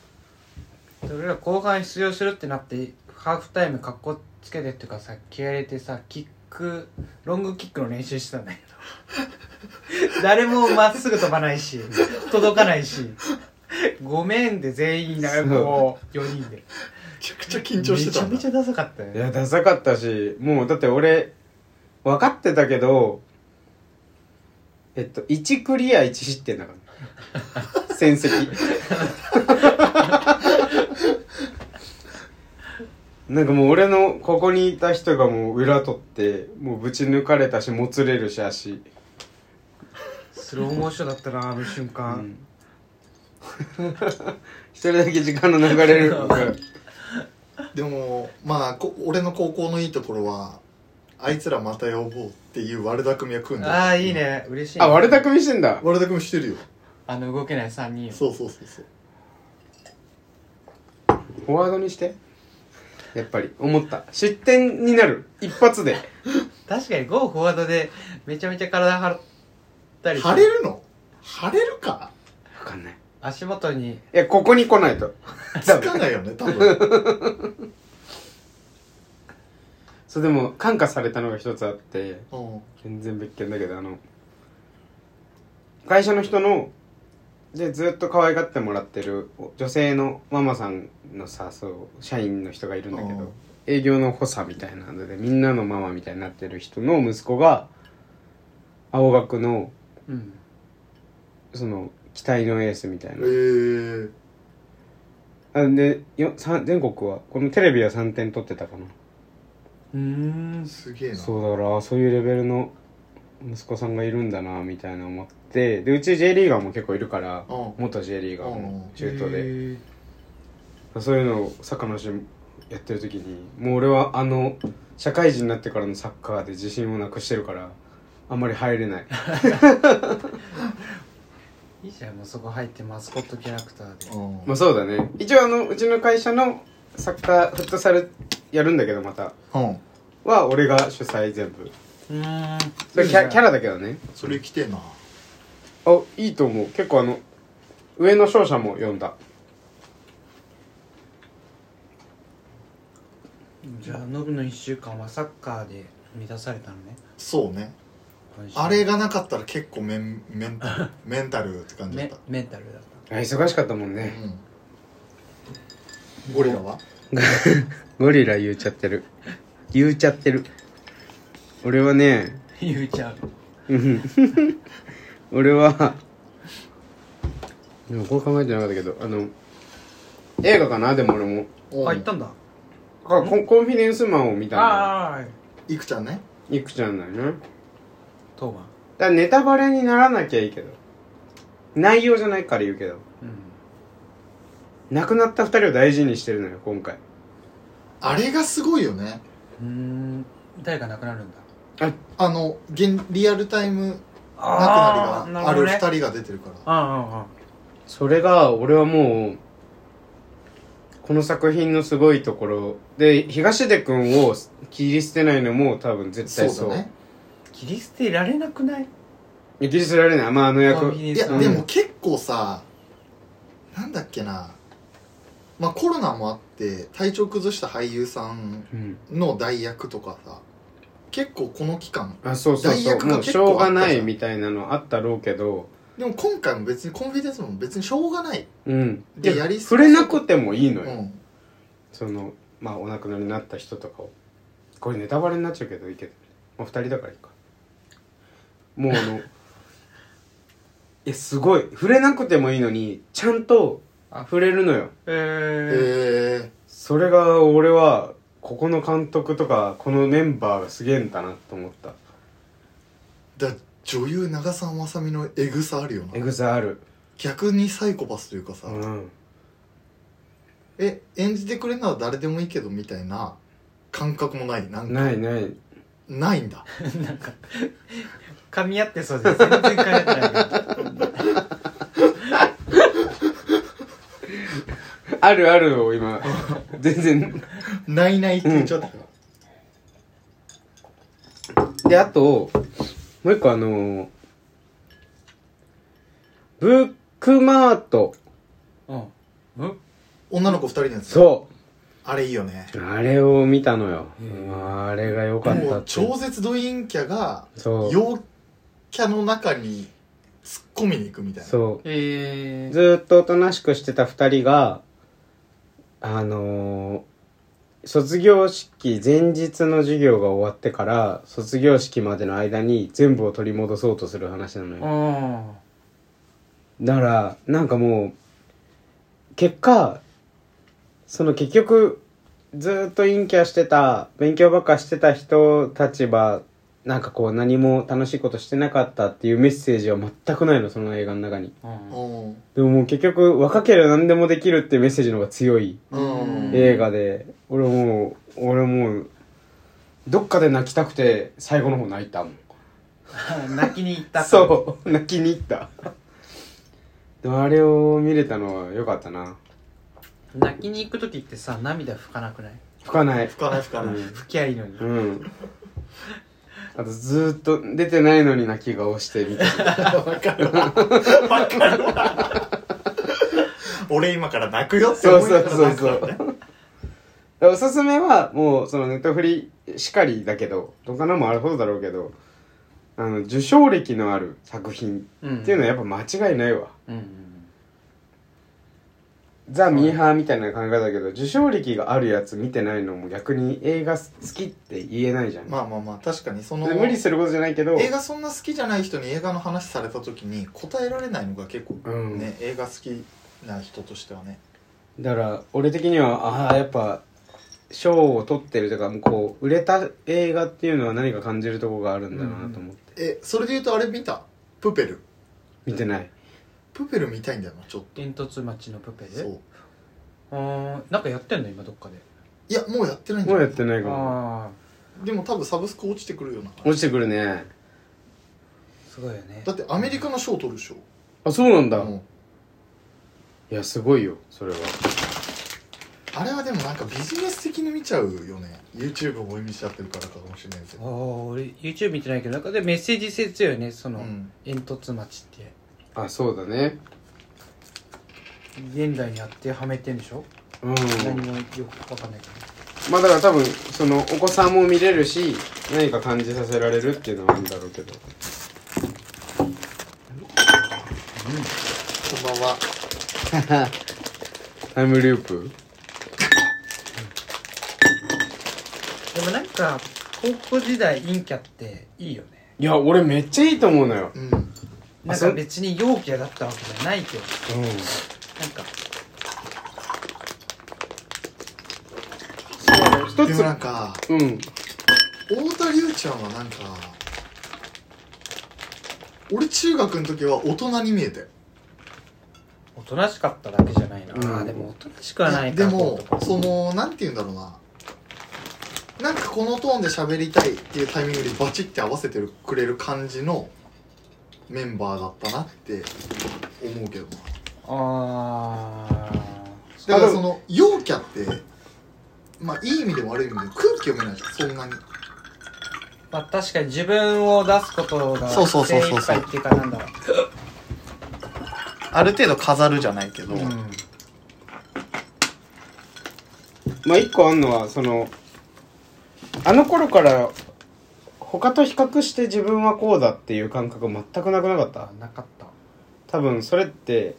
[SPEAKER 2] で俺ら後半出場するってなってハーフタイムかっこつけてっていうかさ気合入れてさキックロングキックの練習してたんだけど <laughs> 誰もまっすぐ飛ばないし届かないしごめんで全員なこう4人で
[SPEAKER 3] めちゃくちゃ緊張してたんだ
[SPEAKER 2] めちゃめちゃダサかったよ
[SPEAKER 1] い
[SPEAKER 2] ね
[SPEAKER 1] やダサかったしもうだって俺分かってたけどえっと1クリア1失点だから戦績なんかもう俺のここにいた人がもう裏取ってもうぶち抜かれたしもつれるし足、
[SPEAKER 2] スローモーションだったなあの瞬
[SPEAKER 1] う
[SPEAKER 2] 間、
[SPEAKER 1] ん <laughs> 一人だけ時間の流れるのが
[SPEAKER 3] でもまあこ俺の高校のいいところはあいつらまた呼ぼうっていう悪巧みが組んで
[SPEAKER 2] ああいいね嬉しいね
[SPEAKER 1] あ割れた組してんだ
[SPEAKER 3] 悪巧みしてるよ
[SPEAKER 2] あの動けない3人
[SPEAKER 3] そうそうそうそう
[SPEAKER 1] フォワードにしてやっぱり思った失点になる一発で
[SPEAKER 2] 確かにゴーフォワードでめちゃめちゃ体張ったりして
[SPEAKER 3] 晴れるの晴れるか
[SPEAKER 1] 分かんない
[SPEAKER 2] 足元に
[SPEAKER 1] いやここに来ないと
[SPEAKER 3] つかないよね多
[SPEAKER 2] <laughs>
[SPEAKER 3] 分
[SPEAKER 1] そうでも感化されたのが一つあって
[SPEAKER 3] うん
[SPEAKER 1] 全然別件だけどあの会社の人のでずっと可愛がってもらってる女性のママさんのさそう社員の人がいるんだけ
[SPEAKER 3] うん
[SPEAKER 1] ど営業の補佐みたいなのでみんなのママみたいになってる人の息子が青学の
[SPEAKER 2] うん
[SPEAKER 1] その期待のエースみたい
[SPEAKER 3] え
[SPEAKER 1] な
[SPEAKER 3] ー、
[SPEAKER 1] あでよ三全国はこのテレビは3点取ってたかな
[SPEAKER 2] うーん
[SPEAKER 3] すげえな
[SPEAKER 1] そうだからそういうレベルの息子さんがいるんだなみたいな思ってでうち J リーガーも結構いるから
[SPEAKER 3] うん
[SPEAKER 1] 元 J リーガーも
[SPEAKER 3] うん
[SPEAKER 1] 中東で
[SPEAKER 2] へー
[SPEAKER 1] そういうのをサッカーの話やってる時にもう俺はあの社会人になってからのサッカーで自信をなくしてるからあんまり入れ
[SPEAKER 2] <laughs>
[SPEAKER 1] ない
[SPEAKER 2] いいじゃんもうそこ入ってマスコットキャラクターで
[SPEAKER 3] うん
[SPEAKER 1] まあそうだね一応あのうちの会社のサッカーフットサルやるんだけどまた
[SPEAKER 3] うん
[SPEAKER 1] は俺が主催全部
[SPEAKER 2] うーん
[SPEAKER 1] それキャキャラだけどね
[SPEAKER 3] それ来てえな
[SPEAKER 1] あいいと思う結構あの上の勝者も読んだ
[SPEAKER 2] じゃあノブの1週間はサッカーで満たされたのね
[SPEAKER 3] そうね
[SPEAKER 2] 今週
[SPEAKER 3] あれがなかったら結構メンメ
[SPEAKER 2] <laughs>
[SPEAKER 3] ンタルメンタルって感じだっ
[SPEAKER 2] メ
[SPEAKER 3] た、
[SPEAKER 2] メンタルだった
[SPEAKER 1] あ忙しかったもんね
[SPEAKER 3] うん、ゴリラは
[SPEAKER 1] ゴリラ言うちゃってる言うちゃってる俺はね
[SPEAKER 2] ゆうちゃん
[SPEAKER 1] うん俺はでもこれ考えてなかったけどあの映画かなでも俺も
[SPEAKER 3] うん
[SPEAKER 2] あ行ったんだ
[SPEAKER 1] あコンコンフィデンスマンを見たんだ
[SPEAKER 2] ああ
[SPEAKER 3] いくちゃんね
[SPEAKER 1] いくちゃんだよねだか
[SPEAKER 2] トーマン
[SPEAKER 1] らネタバレにならなきゃいいけど内容じゃないから言うけど亡くなった二人を大事にしてるのよ今回
[SPEAKER 3] あれがすごいよね
[SPEAKER 2] うんうーん誰が亡くなるんだ
[SPEAKER 3] あの現リアルタイム亡く
[SPEAKER 2] あ
[SPEAKER 3] な
[SPEAKER 2] あ
[SPEAKER 3] り
[SPEAKER 2] な
[SPEAKER 3] がある
[SPEAKER 2] ね
[SPEAKER 3] 2人が出てるから
[SPEAKER 2] うんうんうん
[SPEAKER 1] それが俺はもうこの作品のすごいところで東出君を切り捨てないのも多分絶対そう
[SPEAKER 3] そうだね
[SPEAKER 2] 切り捨てられなくない
[SPEAKER 1] 切り捨てられないまああの
[SPEAKER 2] コ
[SPEAKER 1] 役
[SPEAKER 2] ンビニ
[SPEAKER 3] い
[SPEAKER 2] さ
[SPEAKER 3] や
[SPEAKER 2] ん
[SPEAKER 3] でも結構さなんだっけなまあコロナもあって体調崩した俳優さん
[SPEAKER 1] うん
[SPEAKER 3] の代役とかさ結構この期間
[SPEAKER 1] あそうそう
[SPEAKER 3] 代
[SPEAKER 1] そう
[SPEAKER 3] 役
[SPEAKER 1] も
[SPEAKER 3] が
[SPEAKER 1] う
[SPEAKER 3] 結
[SPEAKER 1] し
[SPEAKER 3] 構
[SPEAKER 1] ょうが
[SPEAKER 3] あっ
[SPEAKER 1] な
[SPEAKER 3] たじ
[SPEAKER 1] い
[SPEAKER 3] ゃん
[SPEAKER 1] みたいなのあったろうけど
[SPEAKER 3] でも今回も別にコンフィデンスも別にしょうがない、
[SPEAKER 1] うん
[SPEAKER 3] いや
[SPEAKER 1] いや
[SPEAKER 3] やり
[SPEAKER 1] 触れなくてもいいうのよ、
[SPEAKER 3] ん、
[SPEAKER 1] そのまあお亡くなりになった人とかをこれネタバレになっちゃうけどいいけど、まあ、2人だからいいかもうあのいやすごい触れなくてもいいのにちゃんと触れるのよ
[SPEAKER 2] え
[SPEAKER 3] え
[SPEAKER 2] ー、
[SPEAKER 3] ー、
[SPEAKER 1] それが俺はここの監督とかこのメンバーがすげえんだなと思った
[SPEAKER 3] だ女優長澤まさみのエグさあるよ
[SPEAKER 1] エ
[SPEAKER 3] な
[SPEAKER 1] グザある
[SPEAKER 3] 逆にサイコパスというかさ、
[SPEAKER 1] うん
[SPEAKER 3] え演じてくれるのは誰でもいいけどみたいな感覚もないなんか
[SPEAKER 1] ないない
[SPEAKER 3] ないんだ
[SPEAKER 2] なんか噛み合ってそうで全然噛み合ってない
[SPEAKER 1] あるあるを今全然
[SPEAKER 3] ないないって言っちゃったから、
[SPEAKER 1] であともう一個あのブックマート
[SPEAKER 2] うんうん
[SPEAKER 3] 女の子2人のやつ
[SPEAKER 1] そ
[SPEAKER 3] あれいいよね
[SPEAKER 1] うあれを見たのよ
[SPEAKER 2] へえ
[SPEAKER 1] あれが良かっ
[SPEAKER 3] も
[SPEAKER 1] たっ
[SPEAKER 3] う
[SPEAKER 1] て
[SPEAKER 3] 超絶ド陰キャが
[SPEAKER 1] そう
[SPEAKER 3] 陽キャの中に突っ込みに行くみたいな
[SPEAKER 1] そう
[SPEAKER 2] えー
[SPEAKER 1] ずーっとおとなしくしてた二人があのー卒業式前日の授業が終わってから卒業式までの間に全部を取り戻そうとする話なのよ
[SPEAKER 2] うん
[SPEAKER 1] だからなんかもう結果その結局ずーっと陰キャしてた勉強ばっかしてた人たちはなんかこう何も楽しいことしてなかったっていうメッセージは全くないのその映画の中に
[SPEAKER 2] うん
[SPEAKER 3] おー
[SPEAKER 1] でももう結局若ければ何でもできるっていうメッセージの方が強い
[SPEAKER 3] うん
[SPEAKER 1] 映画で、俺もう俺もうどっかで泣きたくて最後の方泣いたもん
[SPEAKER 2] 泣きに行ったう
[SPEAKER 1] そう泣きに行ったでもあれを見れたのは良かったな
[SPEAKER 2] 泣きに行く時ってさ涙拭かなくない
[SPEAKER 1] 吹かない
[SPEAKER 3] 吹かない吹かない、
[SPEAKER 2] 拭きゃいいのに
[SPEAKER 1] うんあとずーっと出てないのに泣き顔してみたいな
[SPEAKER 3] <laughs> わかるわ。わかるわ。俺今から泣くよって
[SPEAKER 1] そ
[SPEAKER 3] 思
[SPEAKER 1] う
[SPEAKER 3] い
[SPEAKER 1] そ
[SPEAKER 3] な
[SPEAKER 1] う
[SPEAKER 3] がら
[SPEAKER 1] そう
[SPEAKER 3] 泣く
[SPEAKER 1] そ
[SPEAKER 3] からね。
[SPEAKER 1] う <laughs> おすすめはもうそのネットフリしかりだけど他のもあるほどだろうけどあの受賞歴のある作品
[SPEAKER 2] うん
[SPEAKER 1] っていうのはやっぱ間違いないわ、
[SPEAKER 2] うんうん
[SPEAKER 1] ザ・ミーハーみたいな考えだけど受賞歴があるやつ見てないのも逆に映画好きって言えないじゃん、
[SPEAKER 3] まあまあまあ、確かにその、
[SPEAKER 1] で無理
[SPEAKER 3] 映
[SPEAKER 1] することじゃないけど
[SPEAKER 3] 画そんな好きじゃない人に映画の話された時に答えられないのが結構
[SPEAKER 1] うん
[SPEAKER 3] ね、映画好きな人としてはね。
[SPEAKER 1] だから俺的にはああやっぱ賞を取ってるとかもうこう売れた映画っていうのは何か感じるとこがあるんだなと思って、
[SPEAKER 3] え、それで言うとあれ見たプペル。
[SPEAKER 1] 見てない
[SPEAKER 3] プペル見たいんだよな、ちょっ
[SPEAKER 2] 煙突町のプペ
[SPEAKER 3] と。
[SPEAKER 2] ル
[SPEAKER 3] そう。
[SPEAKER 2] うーんなんかやってんの今どっかで
[SPEAKER 3] いや、もうやってないんだ
[SPEAKER 1] もうや
[SPEAKER 3] よ
[SPEAKER 1] っ。てないかも
[SPEAKER 2] ああ
[SPEAKER 3] でも多分サブスク落ちてくるよな。
[SPEAKER 1] 落ちてくるね
[SPEAKER 2] すごいよね
[SPEAKER 3] だってアメリカの賞取るでしょ。
[SPEAKER 1] あそうなんだ、
[SPEAKER 3] う
[SPEAKER 1] い
[SPEAKER 3] ん
[SPEAKER 1] やすごいよそれは
[SPEAKER 3] あれはでもなんかビジネス的に見ちゃうよね。YouTube も追い見しちゃってるからかもしれないです
[SPEAKER 2] ああ俺 YouTube 見てないけどなんかでメッセージ性強いよねその、
[SPEAKER 3] うん
[SPEAKER 2] 煙突町って
[SPEAKER 1] あそうだね
[SPEAKER 2] 現代にやってはめてんでしょ、
[SPEAKER 1] うん
[SPEAKER 2] 何もよくわかんないけど
[SPEAKER 1] まあだから多分そのお子さんも見れるし何か感じさせられるっていうのはあるんだろうけど
[SPEAKER 3] こんばんは。
[SPEAKER 1] タイムループ
[SPEAKER 2] でもなんか高校時代陰キャっていいよね
[SPEAKER 1] いや俺めっちゃいいと思うのよ
[SPEAKER 3] うん。
[SPEAKER 2] なん
[SPEAKER 1] そ
[SPEAKER 2] か
[SPEAKER 1] う
[SPEAKER 2] 別に陽キャだったわけじゃないけどなんか
[SPEAKER 1] うん一
[SPEAKER 3] で
[SPEAKER 1] つ
[SPEAKER 3] もなんか
[SPEAKER 1] うん
[SPEAKER 3] 太田龍ちゃんはなんか俺中学の時は大人に見えて
[SPEAKER 2] おとなしかっただけじゃないな、
[SPEAKER 1] うん
[SPEAKER 2] あーでもおとなしくはないか
[SPEAKER 3] でも
[SPEAKER 2] 男
[SPEAKER 3] そのなんて言うんだろうななんかこのトーンで喋りたいっていうタイミングでバチって合わせてくれる感じのメンバーだったなって思うけどな
[SPEAKER 2] あ
[SPEAKER 3] だからその陽キャってまあいい意味でも悪い意味でも空気読めないじゃんそんなに
[SPEAKER 2] ーまあ確かに自分を出すことが
[SPEAKER 3] そうそうそうそう
[SPEAKER 2] 精一杯っていうかなんだろ
[SPEAKER 3] ある程度飾るじゃないけど
[SPEAKER 2] う、うん
[SPEAKER 1] まあ一個あんのはそのあの頃から他と比較して自分はこうだっていう感覚全くなくなかった
[SPEAKER 2] あなかった <laughs>
[SPEAKER 1] 多分それって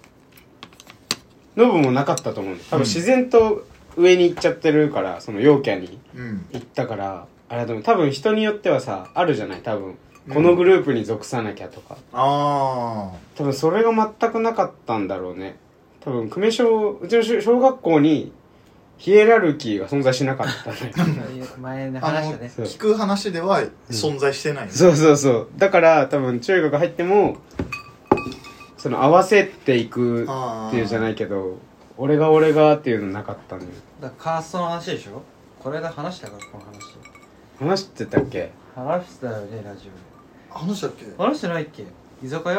[SPEAKER 1] ノブもなかったと思うの多分自然と上に行っちゃってるからその陽キャに
[SPEAKER 3] うん、
[SPEAKER 1] 行ったからあれでも多分人によってはさあるじゃない多分このグループに属さなきゃとか、
[SPEAKER 3] あ
[SPEAKER 1] 多分それが全くなかったんだろうね多分久米小うちの小小学校にヒエラルキーが存在しなかったね
[SPEAKER 2] 前の話だね
[SPEAKER 1] そ
[SPEAKER 3] あ
[SPEAKER 1] う
[SPEAKER 3] 聞く話では存在してない、
[SPEAKER 1] そうそうそうだから多分中学入ってもその合わせていく
[SPEAKER 3] ああ
[SPEAKER 1] っていうじゃないけど俺が俺がっていうのなかったんだよ
[SPEAKER 2] だからカーストの話でしょこれで話したからこの話
[SPEAKER 1] 話してたっけ
[SPEAKER 2] 話してたよねラジオ
[SPEAKER 3] 話したっけ
[SPEAKER 2] で話してないっけ居酒屋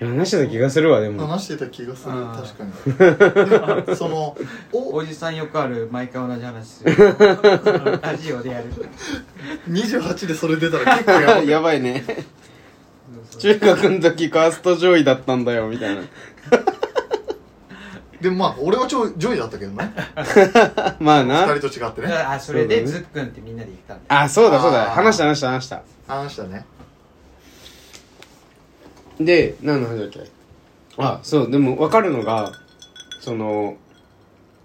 [SPEAKER 1] いや話してた気がするわでも
[SPEAKER 3] 話してた気がする
[SPEAKER 2] あ
[SPEAKER 3] 確かにでもそのお
[SPEAKER 2] おじさんよくある毎回同じ
[SPEAKER 3] <laughs>
[SPEAKER 2] 話するラジオでやる
[SPEAKER 3] 28でそれ出たら結構やばい
[SPEAKER 1] やばいね中学の時カースト上位だったんだよみたいな
[SPEAKER 3] でもまあ俺はちょ上位だったけどね
[SPEAKER 1] まあ
[SPEAKER 3] 2
[SPEAKER 1] な
[SPEAKER 3] 人と違ってね
[SPEAKER 2] あそれでズッくんってみんなで言ったんだ
[SPEAKER 1] あそうだそうだ
[SPEAKER 3] あー
[SPEAKER 1] 話した話した話した
[SPEAKER 3] 話したね
[SPEAKER 1] で何の話だっけあそうでも分かるのがその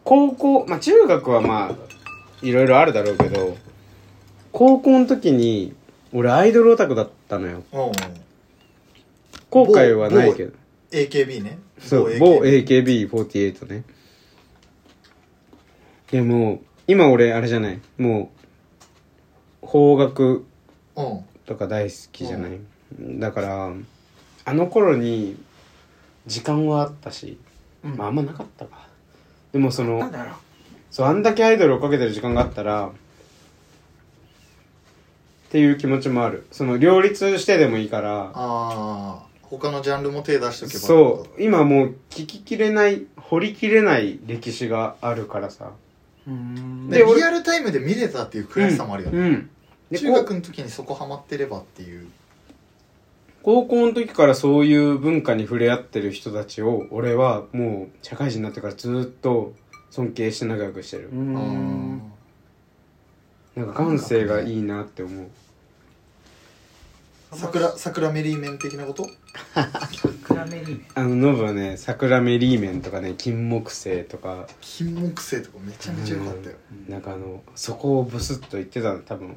[SPEAKER 1] 高校まあ中学はまあいろいろあるだろうけど高校の時に俺アイドルオタクだったのよ
[SPEAKER 3] うん
[SPEAKER 1] 後悔はないけど
[SPEAKER 3] AKB ね
[SPEAKER 1] そう某 AKB48 ねでも今俺あれじゃないもう邦楽
[SPEAKER 3] うん
[SPEAKER 1] とか大好きじゃない、だからあの頃に時間はあったし、
[SPEAKER 3] うん
[SPEAKER 1] まああんまなかったかでもそ
[SPEAKER 2] なん
[SPEAKER 1] の
[SPEAKER 2] だろう
[SPEAKER 1] そうあんだけアイドルをかけてる時間があったらっていう気持ちもあるその両立してでもいいから
[SPEAKER 3] ああ他のジャンルも手出しとけば
[SPEAKER 1] そう今もう聞ききれない掘りきれない歴史があるからさ
[SPEAKER 2] うーん
[SPEAKER 3] で
[SPEAKER 1] で俺
[SPEAKER 3] リアルタイムで見れたっていう悔しさもあるよね、
[SPEAKER 1] うんで
[SPEAKER 3] 中
[SPEAKER 1] こう
[SPEAKER 3] 学の時にそこハマってればっていう
[SPEAKER 1] 高校の時からそういう文化に触れ合ってる人たちを俺はもう社会人になってからずっと尊敬して仲良くしてる
[SPEAKER 2] うー、ん
[SPEAKER 1] なんか感性がいいなって思う
[SPEAKER 3] あー桜桜メリーメン的なこと
[SPEAKER 2] 桜メリーメ
[SPEAKER 1] あのノブはね桜目リーメンとかね金木犀とか
[SPEAKER 3] 金木犀とかめちゃめちゃ良かったよ、
[SPEAKER 1] なんかあのそこをブスッと言ってたの多分
[SPEAKER 2] ン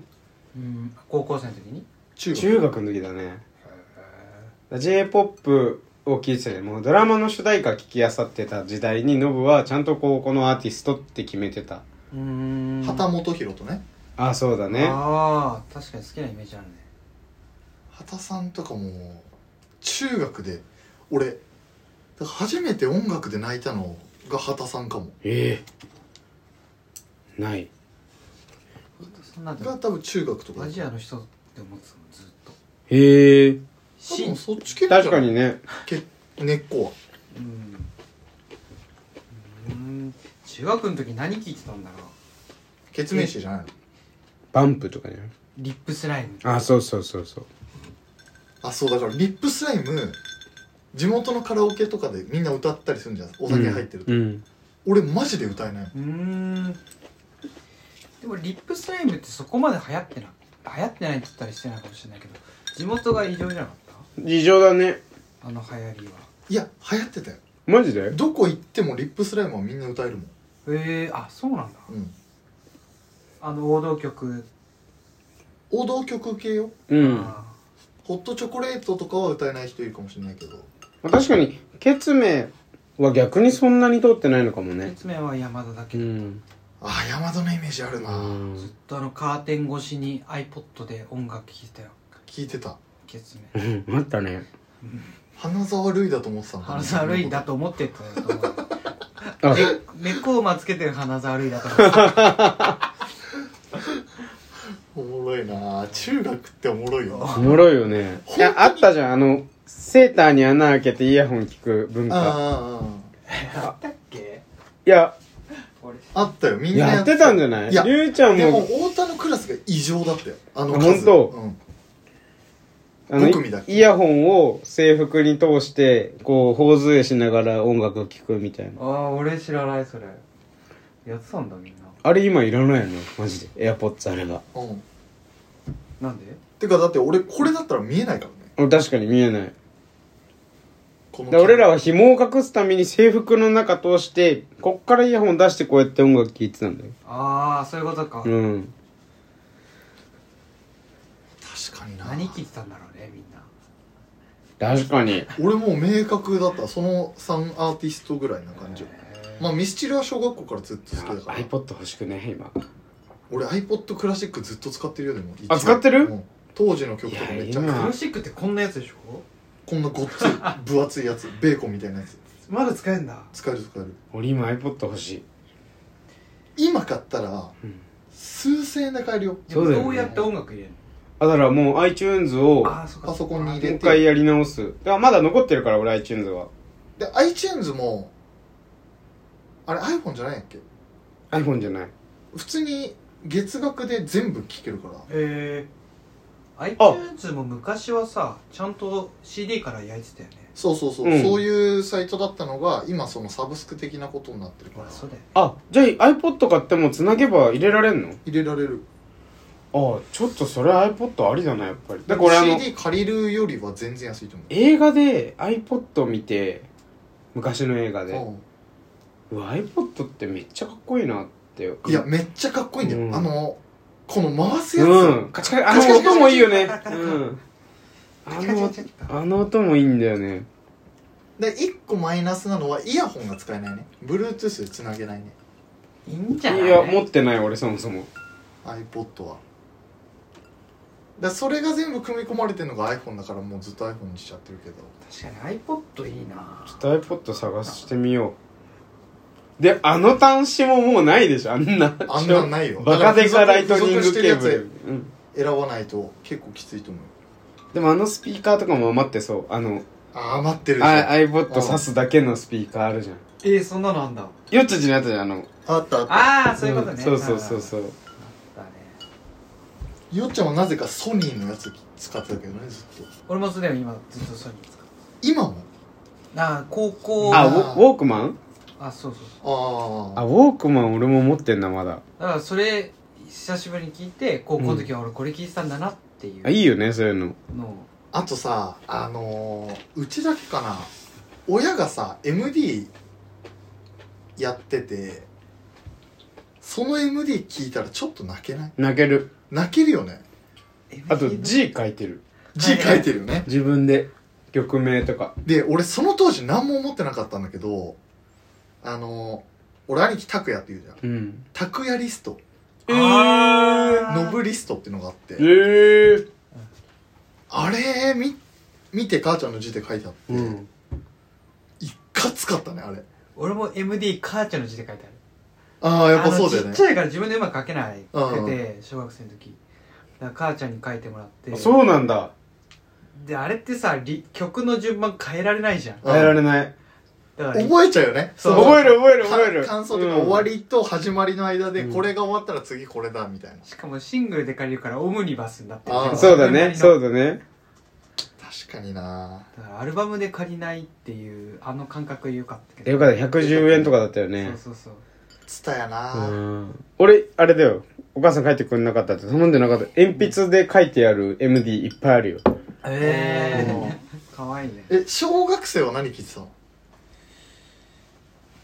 [SPEAKER 2] うん高校生の時に
[SPEAKER 3] 中学
[SPEAKER 1] 中学の時だね j p o p を聴いてたねもうドラマの主題歌聴きあさってた時代にノブはちゃんとこうこのアーティストって決めてた
[SPEAKER 2] うーん
[SPEAKER 3] 畑本博とね
[SPEAKER 1] ああそうだね
[SPEAKER 2] ああ確かに好きなイメージあるね
[SPEAKER 3] 畑さんとかも中学で俺だから初めて音楽で泣いたのが畑さんかも
[SPEAKER 1] ええない
[SPEAKER 2] そんなんで
[SPEAKER 3] が多分中学とか
[SPEAKER 2] ア
[SPEAKER 3] だ
[SPEAKER 2] ジアの人って思ってたもんずっと
[SPEAKER 1] へえ
[SPEAKER 3] 多
[SPEAKER 2] し
[SPEAKER 3] 分そっち系なんじ
[SPEAKER 1] 確
[SPEAKER 3] ゃな
[SPEAKER 1] かに
[SPEAKER 3] い
[SPEAKER 1] ね
[SPEAKER 3] け根っこは
[SPEAKER 2] うんうーん中学の時何聞いてたんだろう
[SPEAKER 3] 血明誌じゃないの
[SPEAKER 1] バンプとかね
[SPEAKER 2] リップスライム
[SPEAKER 1] あそうそうそうそう
[SPEAKER 3] あそうだからリップスライム地元のカラオケとかでみんな歌ったりするんじゃんお
[SPEAKER 1] お
[SPEAKER 3] 酒入ってると、
[SPEAKER 1] うん
[SPEAKER 3] 俺マジで歌えないの
[SPEAKER 2] うーんでもリップスライムってそこまで流行ってない流行ってないって言ったりしてないかもしれないけど地元が異常じゃなかっ
[SPEAKER 1] 異常だね
[SPEAKER 2] たあの流行りはい
[SPEAKER 3] や流行ってたよ
[SPEAKER 1] マジで
[SPEAKER 3] どこ行ってもリップスライムはみんな歌えるもん
[SPEAKER 2] へえー、あそうなんだ
[SPEAKER 3] うん
[SPEAKER 2] あの王道曲
[SPEAKER 3] 王道曲系よ
[SPEAKER 1] うん
[SPEAKER 2] あ
[SPEAKER 3] ホットチョコレートとかは歌えない人いるかもしれないけど
[SPEAKER 1] 確かにケツメは逆にそんなに通ってないのかも
[SPEAKER 2] ー
[SPEAKER 1] ね
[SPEAKER 2] 説明は山田だ
[SPEAKER 1] う
[SPEAKER 2] けど、
[SPEAKER 1] ん
[SPEAKER 3] あー山田のイメージあるな、
[SPEAKER 2] ずっとあのカーテン越しに iPod で音楽聴いてたよ
[SPEAKER 3] 聞いてた
[SPEAKER 2] ケツメ
[SPEAKER 1] うん待ったね
[SPEAKER 3] 花沢類だと思ってたんだ
[SPEAKER 2] 花沢類だと思ってたよと思
[SPEAKER 1] <laughs>
[SPEAKER 2] う
[SPEAKER 1] あ
[SPEAKER 2] 根っこをまつけてる花沢類だ
[SPEAKER 3] <laughs>
[SPEAKER 2] と思ってた
[SPEAKER 3] おもろいな中学っておもろいよな
[SPEAKER 1] おもろいよねいやあったじゃんあのセーターに穴開けてイヤホン聞く文化
[SPEAKER 3] あ
[SPEAKER 2] あったっけ
[SPEAKER 1] いや
[SPEAKER 2] 俺
[SPEAKER 3] あったよみんな
[SPEAKER 1] やってたんじゃない
[SPEAKER 3] いや
[SPEAKER 1] りゅうちゃん
[SPEAKER 3] でも
[SPEAKER 1] も
[SPEAKER 3] 太田のクラスが異常だったよあの
[SPEAKER 1] あ本
[SPEAKER 3] 数
[SPEAKER 1] 当
[SPEAKER 3] うん、
[SPEAKER 1] あの
[SPEAKER 3] 僕みたい
[SPEAKER 1] イヤホンを制服に通してこう頬杖しながら音楽を聴くみたいな
[SPEAKER 2] ああ俺知らないそれやってたんだみんな
[SPEAKER 1] あれ今いらないよねマジでエアポッツあれば
[SPEAKER 3] うん、
[SPEAKER 2] なんで
[SPEAKER 3] てかだって俺これだったら見えないからね
[SPEAKER 1] うん確かに見えない
[SPEAKER 3] こ
[SPEAKER 1] だ
[SPEAKER 3] の
[SPEAKER 1] から俺らは紐を隠すために制服の中通してこっからイヤホン出してこうやって音楽聴いてたんだよ
[SPEAKER 2] ああそういうことか、
[SPEAKER 1] うん
[SPEAKER 3] 確かにな
[SPEAKER 2] 何聴いてたんだろうねみんな
[SPEAKER 1] 確かに
[SPEAKER 3] 俺もう明確だったその3アーティストぐらいな感じまあミスチルは小学校からずっと好きだから
[SPEAKER 1] iPod 欲しくね今
[SPEAKER 3] 俺 iPod クラシックずっと使ってるよでも
[SPEAKER 1] あ使ってる
[SPEAKER 3] うん当時の曲とかめっちゃ
[SPEAKER 1] いや
[SPEAKER 2] ク
[SPEAKER 1] 今
[SPEAKER 2] ラシックってこんなやつでしょ
[SPEAKER 3] こんなごっつい分厚いや
[SPEAKER 1] <laughs>
[SPEAKER 3] つベーコンみたいなやつ
[SPEAKER 2] まだ使えんだ
[SPEAKER 3] 使える使える
[SPEAKER 1] 俺今 iPod 欲しい、
[SPEAKER 3] 今買ったら
[SPEAKER 1] うん、
[SPEAKER 3] 数千円で買えるよ
[SPEAKER 1] そうだよね
[SPEAKER 2] どうやって音楽入れる
[SPEAKER 1] あだからもう iTunes をも
[SPEAKER 2] のあそっ
[SPEAKER 3] パソコンに入
[SPEAKER 1] う
[SPEAKER 3] れ
[SPEAKER 1] 一回
[SPEAKER 3] て
[SPEAKER 1] やり直すだからまだ残ってるから俺 iTunes は
[SPEAKER 3] で iTunes もあれ iPhone じゃないやっけ
[SPEAKER 1] iPhone じゃない
[SPEAKER 3] 普通に月額で全部聴けるから
[SPEAKER 2] えー、iTunes も昔はさちゃんと CD から焼いてたよね
[SPEAKER 3] そうそうそう、
[SPEAKER 1] うん
[SPEAKER 3] そういうサイトだったのが今そのサブスク的なことになってるか
[SPEAKER 2] ま
[SPEAKER 3] ら
[SPEAKER 2] あそうだよね
[SPEAKER 1] あじゃあ iPod 買ってもつなげば入れられんの
[SPEAKER 3] 入れられる
[SPEAKER 1] ああちょっとそれ iPod ありだなやっぱりだから俺あの
[SPEAKER 3] CD 借りるよりは全然安いと思う
[SPEAKER 1] 映画で iPod 見て昔の映画で、
[SPEAKER 3] う
[SPEAKER 1] うわ iPod ってめっちゃかっこいいなって
[SPEAKER 3] んいやめっちゃかっこいいんだよ、
[SPEAKER 1] うん
[SPEAKER 3] あのこの回すやつ、
[SPEAKER 1] うんカチカチあ
[SPEAKER 3] カチカ
[SPEAKER 1] の
[SPEAKER 3] チカチカチ
[SPEAKER 1] 音もいいよねうんあ
[SPEAKER 2] 違う違う
[SPEAKER 1] の
[SPEAKER 2] 違う
[SPEAKER 1] あの音もいいんだよね
[SPEAKER 3] で一個マイナスなのはイヤホンが使えないね Bluetooth でつなげないね
[SPEAKER 2] いいん
[SPEAKER 1] い
[SPEAKER 2] じゃない
[SPEAKER 1] や持ってない俺そもそも
[SPEAKER 3] iPod はだそれが全部組み込まれてるのが iPhone だからもうずっと iPhone にしちゃってるけど
[SPEAKER 2] 確かに iPod いいな
[SPEAKER 1] ちょっと iPod 探してみようであの端子ももうないでしょあんな
[SPEAKER 3] あんなんないよ
[SPEAKER 1] バカでかライトニング
[SPEAKER 3] 付属し
[SPEAKER 1] ケ
[SPEAKER 3] てるや
[SPEAKER 1] ーブル
[SPEAKER 3] つ、
[SPEAKER 1] うん、
[SPEAKER 3] 選ばないと結構きついと思う
[SPEAKER 1] でもあのスピーカーとかも余ってそうあの
[SPEAKER 3] ああ待ってるでしょ
[SPEAKER 1] あ iPod 挿すだけのスピーカーあるじゃん
[SPEAKER 2] えー、そんなのあんだ
[SPEAKER 1] 4つになったじゃんあの
[SPEAKER 3] あったあった
[SPEAKER 2] ああそういうことね、
[SPEAKER 1] んそうそうそうそう
[SPEAKER 2] だね
[SPEAKER 3] よっちゃんはなぜかソニーのやつ使ってたけどねずっと
[SPEAKER 2] 俺もそれでも今ずっとソニー使う
[SPEAKER 3] 今も
[SPEAKER 2] ああ高校
[SPEAKER 1] あウ
[SPEAKER 2] あ
[SPEAKER 1] ォウォークマン
[SPEAKER 2] そうそうそう
[SPEAKER 1] あ
[SPEAKER 3] ああ
[SPEAKER 1] ウォークマン俺も持ってんなまだ
[SPEAKER 2] だからそれ久しぶりに聞いて高校の時は俺これ聞いてたんだなってい
[SPEAKER 1] あいういよねそういうの
[SPEAKER 2] のを
[SPEAKER 3] あとさあのー、うちだけかな親がさ MD やっててその MD 聞いたらちょっと泣けない
[SPEAKER 1] 泣ける
[SPEAKER 3] 泣けるよね
[SPEAKER 1] あと G 書いてる
[SPEAKER 3] 字書いてるよね
[SPEAKER 1] 自分で曲名とか
[SPEAKER 3] で俺その当時何も思ってなかったんだけどあのー、俺兄貴拓也って言うじゃん
[SPEAKER 1] うん
[SPEAKER 3] 拓也リスト
[SPEAKER 1] え
[SPEAKER 2] あー
[SPEAKER 3] ノブリストってのがあって
[SPEAKER 1] えー、
[SPEAKER 3] あれみ見て母ちゃんの字で書いてあって、
[SPEAKER 1] うん
[SPEAKER 3] いかつかったねあれ
[SPEAKER 2] 俺も MD 母ちゃんの字で書いてある
[SPEAKER 3] ああやっぱそうだよ
[SPEAKER 2] あの
[SPEAKER 3] ね
[SPEAKER 2] ちっちゃいから自分でうまく書けない
[SPEAKER 3] うん
[SPEAKER 2] くて小学生の時だから母ちゃんに書いてもらって
[SPEAKER 1] あそうなんだ
[SPEAKER 2] であれってさり曲の順番変えられないじゃん
[SPEAKER 3] うん
[SPEAKER 1] 変えられない
[SPEAKER 2] だから
[SPEAKER 3] 覚えちゃうよね
[SPEAKER 2] そう
[SPEAKER 3] の
[SPEAKER 1] 覚える覚える覚える
[SPEAKER 3] か感想とか
[SPEAKER 1] うん
[SPEAKER 3] 終わりと始まりの間で
[SPEAKER 1] うん
[SPEAKER 3] これが終わったら次これだみたいな
[SPEAKER 2] しかもシングルで借りるからオムニバスになってる
[SPEAKER 3] あー
[SPEAKER 1] そうだねそう
[SPEAKER 2] だ
[SPEAKER 1] だね
[SPEAKER 3] 確かにな
[SPEAKER 2] だからアルバムで借りないっていうあの感覚よかったけど
[SPEAKER 1] よかった110円とかだったよね
[SPEAKER 2] そうそうそう
[SPEAKER 3] ツタやな
[SPEAKER 1] うん俺あれだよお母さん書いてくんなかったって頼んでなかった鉛筆で書いてある MD いっぱいあるよ
[SPEAKER 2] え <laughs> えかわいいね
[SPEAKER 3] え小学生は何聞いてたの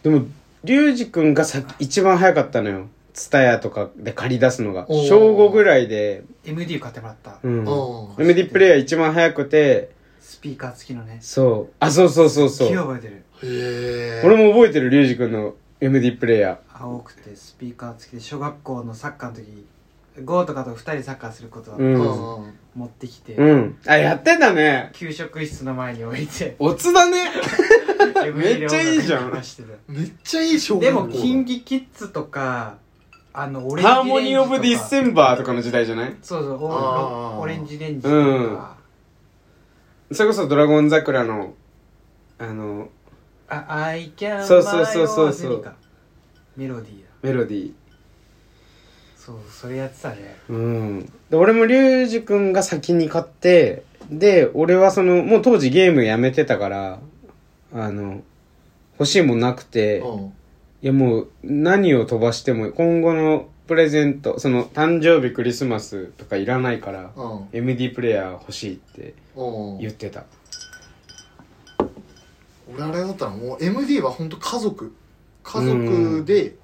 [SPEAKER 1] でもリュウジ君がさ一番早かったのよツタヤとかで借り出すのが
[SPEAKER 3] おー
[SPEAKER 1] 小5ぐらいで、
[SPEAKER 2] MD 買ってもらった
[SPEAKER 1] うん、
[SPEAKER 3] うん
[SPEAKER 1] MD プレイヤー一番早くて
[SPEAKER 2] スピーカー付きのね
[SPEAKER 1] そうあそうそうそうそ
[SPEAKER 2] 木
[SPEAKER 1] う
[SPEAKER 2] 覚えてる
[SPEAKER 3] へえ
[SPEAKER 1] 俺も覚えてるリュウジ君の MD プレイヤ
[SPEAKER 2] あが多くてスピーカー付きで小学校のサッカーの時ゴーとかと2人サッカーすること
[SPEAKER 1] う
[SPEAKER 2] を
[SPEAKER 1] ん
[SPEAKER 3] うん
[SPEAKER 2] 持ってきて、
[SPEAKER 1] うん。あ、やってんだね。
[SPEAKER 2] 給食室の前に置
[SPEAKER 1] <laughs>
[SPEAKER 2] いて
[SPEAKER 1] オツだね。めっちゃいいじゃん
[SPEAKER 2] MV で音楽流してた
[SPEAKER 3] めっちゃいい小学校
[SPEAKER 2] で
[SPEAKER 3] だ
[SPEAKER 2] もキンキキッズとかあのオレンジレンジとか
[SPEAKER 1] ハーモニー・オブ・ディッセンバーとかの時代じゃない
[SPEAKER 2] そうそう
[SPEAKER 3] あー
[SPEAKER 2] オオレンジレンジとか、
[SPEAKER 1] それこそドラゴン桜の、あの、
[SPEAKER 2] あ I can
[SPEAKER 1] そうそうそうそうそう
[SPEAKER 2] メロディーだ
[SPEAKER 1] メロディー。
[SPEAKER 2] そうそれやってたね
[SPEAKER 1] うん。で、俺もリュウジ君が先に買って、で、俺はその、もう当時ゲームやめてたから、あの、欲しいもんなくて、
[SPEAKER 3] うん
[SPEAKER 1] いやもう何を飛ばしても今後のプレゼントその誕生日クリスマスとかいらないから
[SPEAKER 3] うん
[SPEAKER 1] MD プレイヤー欲しいって
[SPEAKER 3] うん
[SPEAKER 1] 言ってた
[SPEAKER 3] 俺あれだったらもう MD は本当家族家族で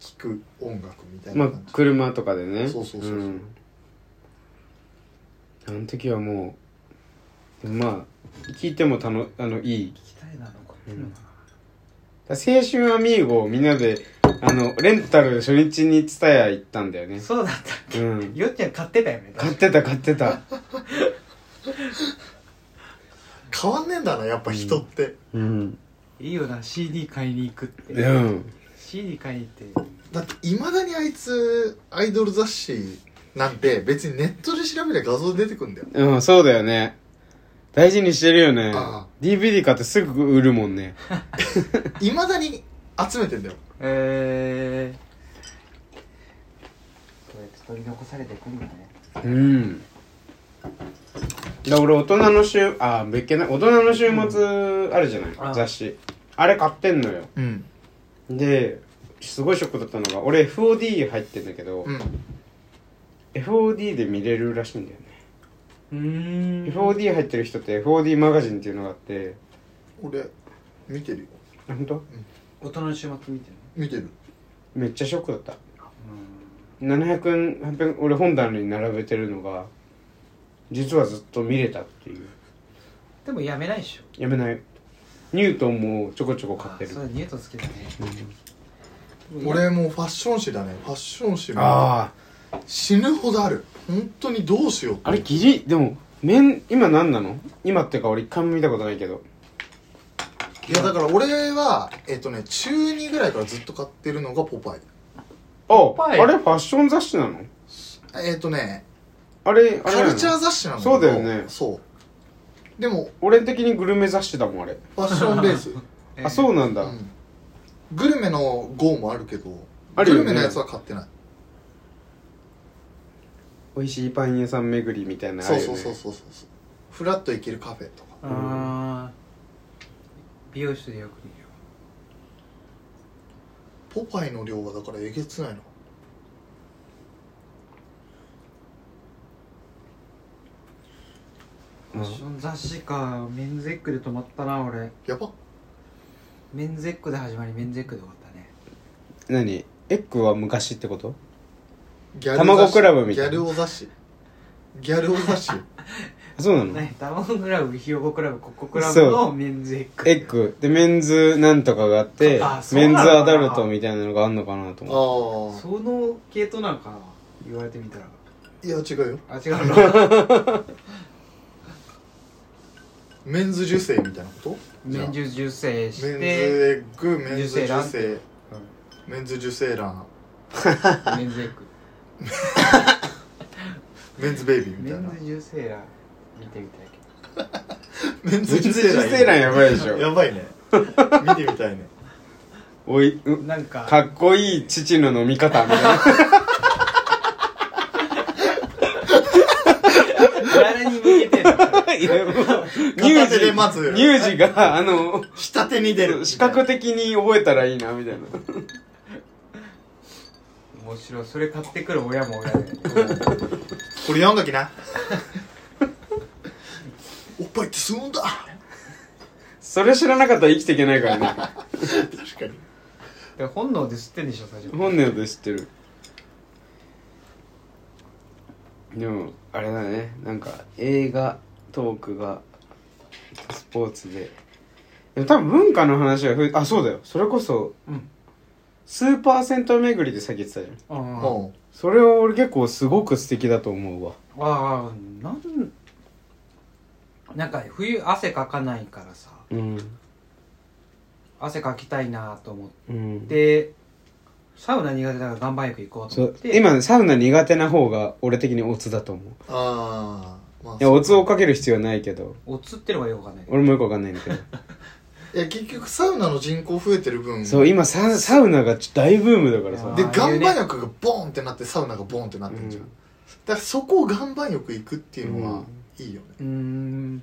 [SPEAKER 3] 聴く音楽みたい
[SPEAKER 1] ま
[SPEAKER 3] な
[SPEAKER 1] あ
[SPEAKER 3] 感じ、
[SPEAKER 1] 車とかでね
[SPEAKER 3] そうそうそうそうん
[SPEAKER 1] あの時はもうまあ聞いてもたのあのいい
[SPEAKER 2] 聞きたいな残ってるのか
[SPEAKER 1] だ青春アミーゴをみんなであのレンタル初日に蔦屋行ったんだよ
[SPEAKER 2] な
[SPEAKER 1] ね
[SPEAKER 2] そうだったっけ
[SPEAKER 1] うん
[SPEAKER 2] よっちゃん買ってたよね
[SPEAKER 1] 買ってた買ってた
[SPEAKER 3] 変わんねえんだなやっぱ人って、
[SPEAKER 1] うん
[SPEAKER 2] いいよな CD 買いに行くって、
[SPEAKER 1] うん
[SPEAKER 2] CD 買いに行って
[SPEAKER 3] だっていまだにあいつアイドル雑誌なんて別にネットで調べりゃ画像出てくんだよ
[SPEAKER 1] うん、そうだよね。大事にしてるよね
[SPEAKER 3] ああ。
[SPEAKER 1] DVD 買ってすぐ売るもんね。
[SPEAKER 3] いまだに集めてんだよ
[SPEAKER 2] えー、そうやって取り残されてくるんだね
[SPEAKER 1] うん。だ俺、大人の週、あ、別件ない。大人の週末あるじゃない、
[SPEAKER 2] ああ
[SPEAKER 1] 雑誌。あれ買ってんのよ。
[SPEAKER 3] うん
[SPEAKER 1] で、すごいショックだったのが、俺 FOD 入ってんだけど、
[SPEAKER 3] うん
[SPEAKER 1] FOD で見れるらしいんだよね。
[SPEAKER 2] うーん
[SPEAKER 1] FOD 入ってる人って FOD マガジンっていうのがあって、
[SPEAKER 3] 俺見てるよ
[SPEAKER 1] あ本当
[SPEAKER 2] 大人の週末見てる
[SPEAKER 3] 見てる
[SPEAKER 1] めっちゃショックだった。
[SPEAKER 2] う
[SPEAKER 1] 700円800円俺本棚に並べてるのが実はずっと見れたっていうん
[SPEAKER 2] でもやめないでしょ
[SPEAKER 1] やめないニュートンもちょこちょこ買って
[SPEAKER 2] あ
[SPEAKER 1] る
[SPEAKER 2] そうだニュートン好きだね
[SPEAKER 3] 俺もうファッション誌だねファッション誌も
[SPEAKER 1] あ
[SPEAKER 3] 死ぬほどある本当にどうしようって
[SPEAKER 1] ああれギリでも面今何なの今っていうか俺一回も見たことないけど
[SPEAKER 3] いやだから俺はえっ、とね中2ぐらいからずっと買ってるのがポパイ
[SPEAKER 1] ああ
[SPEAKER 2] パイ
[SPEAKER 1] れファッション雑誌なの
[SPEAKER 3] えっ、とね
[SPEAKER 1] あれあれ
[SPEAKER 3] カルチャー
[SPEAKER 1] ー
[SPEAKER 3] 雑誌なんだ
[SPEAKER 1] そうだよね
[SPEAKER 3] そうでも
[SPEAKER 1] 俺的にグルメ雑誌だもんあれ
[SPEAKER 3] ファッションベース、
[SPEAKER 2] えー
[SPEAKER 1] あそう <laughs> なんだ
[SPEAKER 3] うんグルメの号もあるけど
[SPEAKER 1] ある
[SPEAKER 3] グ
[SPEAKER 1] よね
[SPEAKER 3] ルメのやつは買ってない
[SPEAKER 1] 美味しいパン屋さん巡りみたいなのあ
[SPEAKER 3] そう
[SPEAKER 1] るよ
[SPEAKER 3] そう
[SPEAKER 1] ね
[SPEAKER 3] そうそうそうそうフラッと行けるカフェとか
[SPEAKER 2] あー美容室でよく見るよ
[SPEAKER 3] ポパイの量はだからえげつないの
[SPEAKER 2] ファッション雑誌かメンズエッグで止まったな俺
[SPEAKER 3] やば
[SPEAKER 2] メンズエッグで始まりメンズエッグで終わったね
[SPEAKER 1] 何エッグは昔ってこと
[SPEAKER 3] ギャル
[SPEAKER 1] 卵クラブみたいな
[SPEAKER 3] ギャルお雑誌ギャル
[SPEAKER 1] <laughs>
[SPEAKER 3] お雑誌
[SPEAKER 1] あそうなの
[SPEAKER 2] ねダモンクラブひよこクラブコッコクラブ
[SPEAKER 1] そう
[SPEAKER 2] のメンズエッグ
[SPEAKER 1] エッグでメンズなんとかがあって
[SPEAKER 2] あそう
[SPEAKER 1] メ
[SPEAKER 2] な
[SPEAKER 1] ン
[SPEAKER 2] の
[SPEAKER 1] ズ
[SPEAKER 2] かな
[SPEAKER 1] アダルトみたいなのがあんのかなと思っ
[SPEAKER 3] あ
[SPEAKER 2] その系統なんかな言われてみたら
[SPEAKER 3] あいや違うよ
[SPEAKER 2] あ
[SPEAKER 1] <laughs>
[SPEAKER 2] 違うの
[SPEAKER 3] メンズ受精みたいなことじゃ
[SPEAKER 2] メ
[SPEAKER 3] あ
[SPEAKER 2] ンズ受精し
[SPEAKER 3] メンズ
[SPEAKER 2] て
[SPEAKER 3] エッグメンズ受
[SPEAKER 2] 受
[SPEAKER 3] 精メンズ受精卵
[SPEAKER 2] メンズエッグ
[SPEAKER 3] メンズベイビーみ
[SPEAKER 2] メ
[SPEAKER 3] たいな
[SPEAKER 2] ンズ受精ら見てみたいけど
[SPEAKER 3] メン
[SPEAKER 1] てメンズ受精卵やばいでしょ
[SPEAKER 3] やばいね <laughs> 見てみたいね
[SPEAKER 1] おいうん
[SPEAKER 2] なんか
[SPEAKER 1] かっこいい父の飲み方みたいな
[SPEAKER 2] 誰に向けてんの
[SPEAKER 1] いやもう
[SPEAKER 3] 片手でまず
[SPEAKER 1] 乳児があの
[SPEAKER 3] 下手に出る
[SPEAKER 1] 視覚的に覚えたらいいなみたいな
[SPEAKER 2] 面白いそれ買ってくる親も親だよね
[SPEAKER 3] これ読んどき <laughs> なおっぱいって吸うんだ
[SPEAKER 1] それ知らなかったら生きていけないからね
[SPEAKER 3] 確かに
[SPEAKER 2] で本能で吸ってんでしょ最初
[SPEAKER 1] 本音で知ってるでもあれだねなんか映画トークがスポーツででも多分文化の話はふあそうだよそれこそ
[SPEAKER 2] うん
[SPEAKER 1] 数パーセント巡りでさっき言ってたじゃん
[SPEAKER 2] うんあ
[SPEAKER 3] も
[SPEAKER 1] それを俺結構すごく素敵だと思うわ
[SPEAKER 2] あなんなんか冬汗かかないからさ
[SPEAKER 1] うん
[SPEAKER 2] 汗かきたいなと思っ
[SPEAKER 1] うん
[SPEAKER 2] てサウナ苦手だから岩盤浴行こうと
[SPEAKER 1] そ
[SPEAKER 2] 思っ
[SPEAKER 1] う
[SPEAKER 2] て
[SPEAKER 1] 今サウナ苦手な方が俺的にオツだと思う
[SPEAKER 3] うああまあ
[SPEAKER 1] いやオツをかける必要はないけど
[SPEAKER 2] おつってのがよくわかんない
[SPEAKER 1] 俺もよくわかんないんだ <laughs> けど
[SPEAKER 3] いや結局サウナの人口増えてる分
[SPEAKER 1] そう今ササウナがちょ大ブームだからさ
[SPEAKER 2] あ
[SPEAKER 3] で
[SPEAKER 2] ー
[SPEAKER 3] 岩盤浴がボーンってなってサウナがボーンってなってんじゃん、
[SPEAKER 1] うん
[SPEAKER 3] だからそこを岩盤浴行くっていうのは、いいよね
[SPEAKER 2] うーん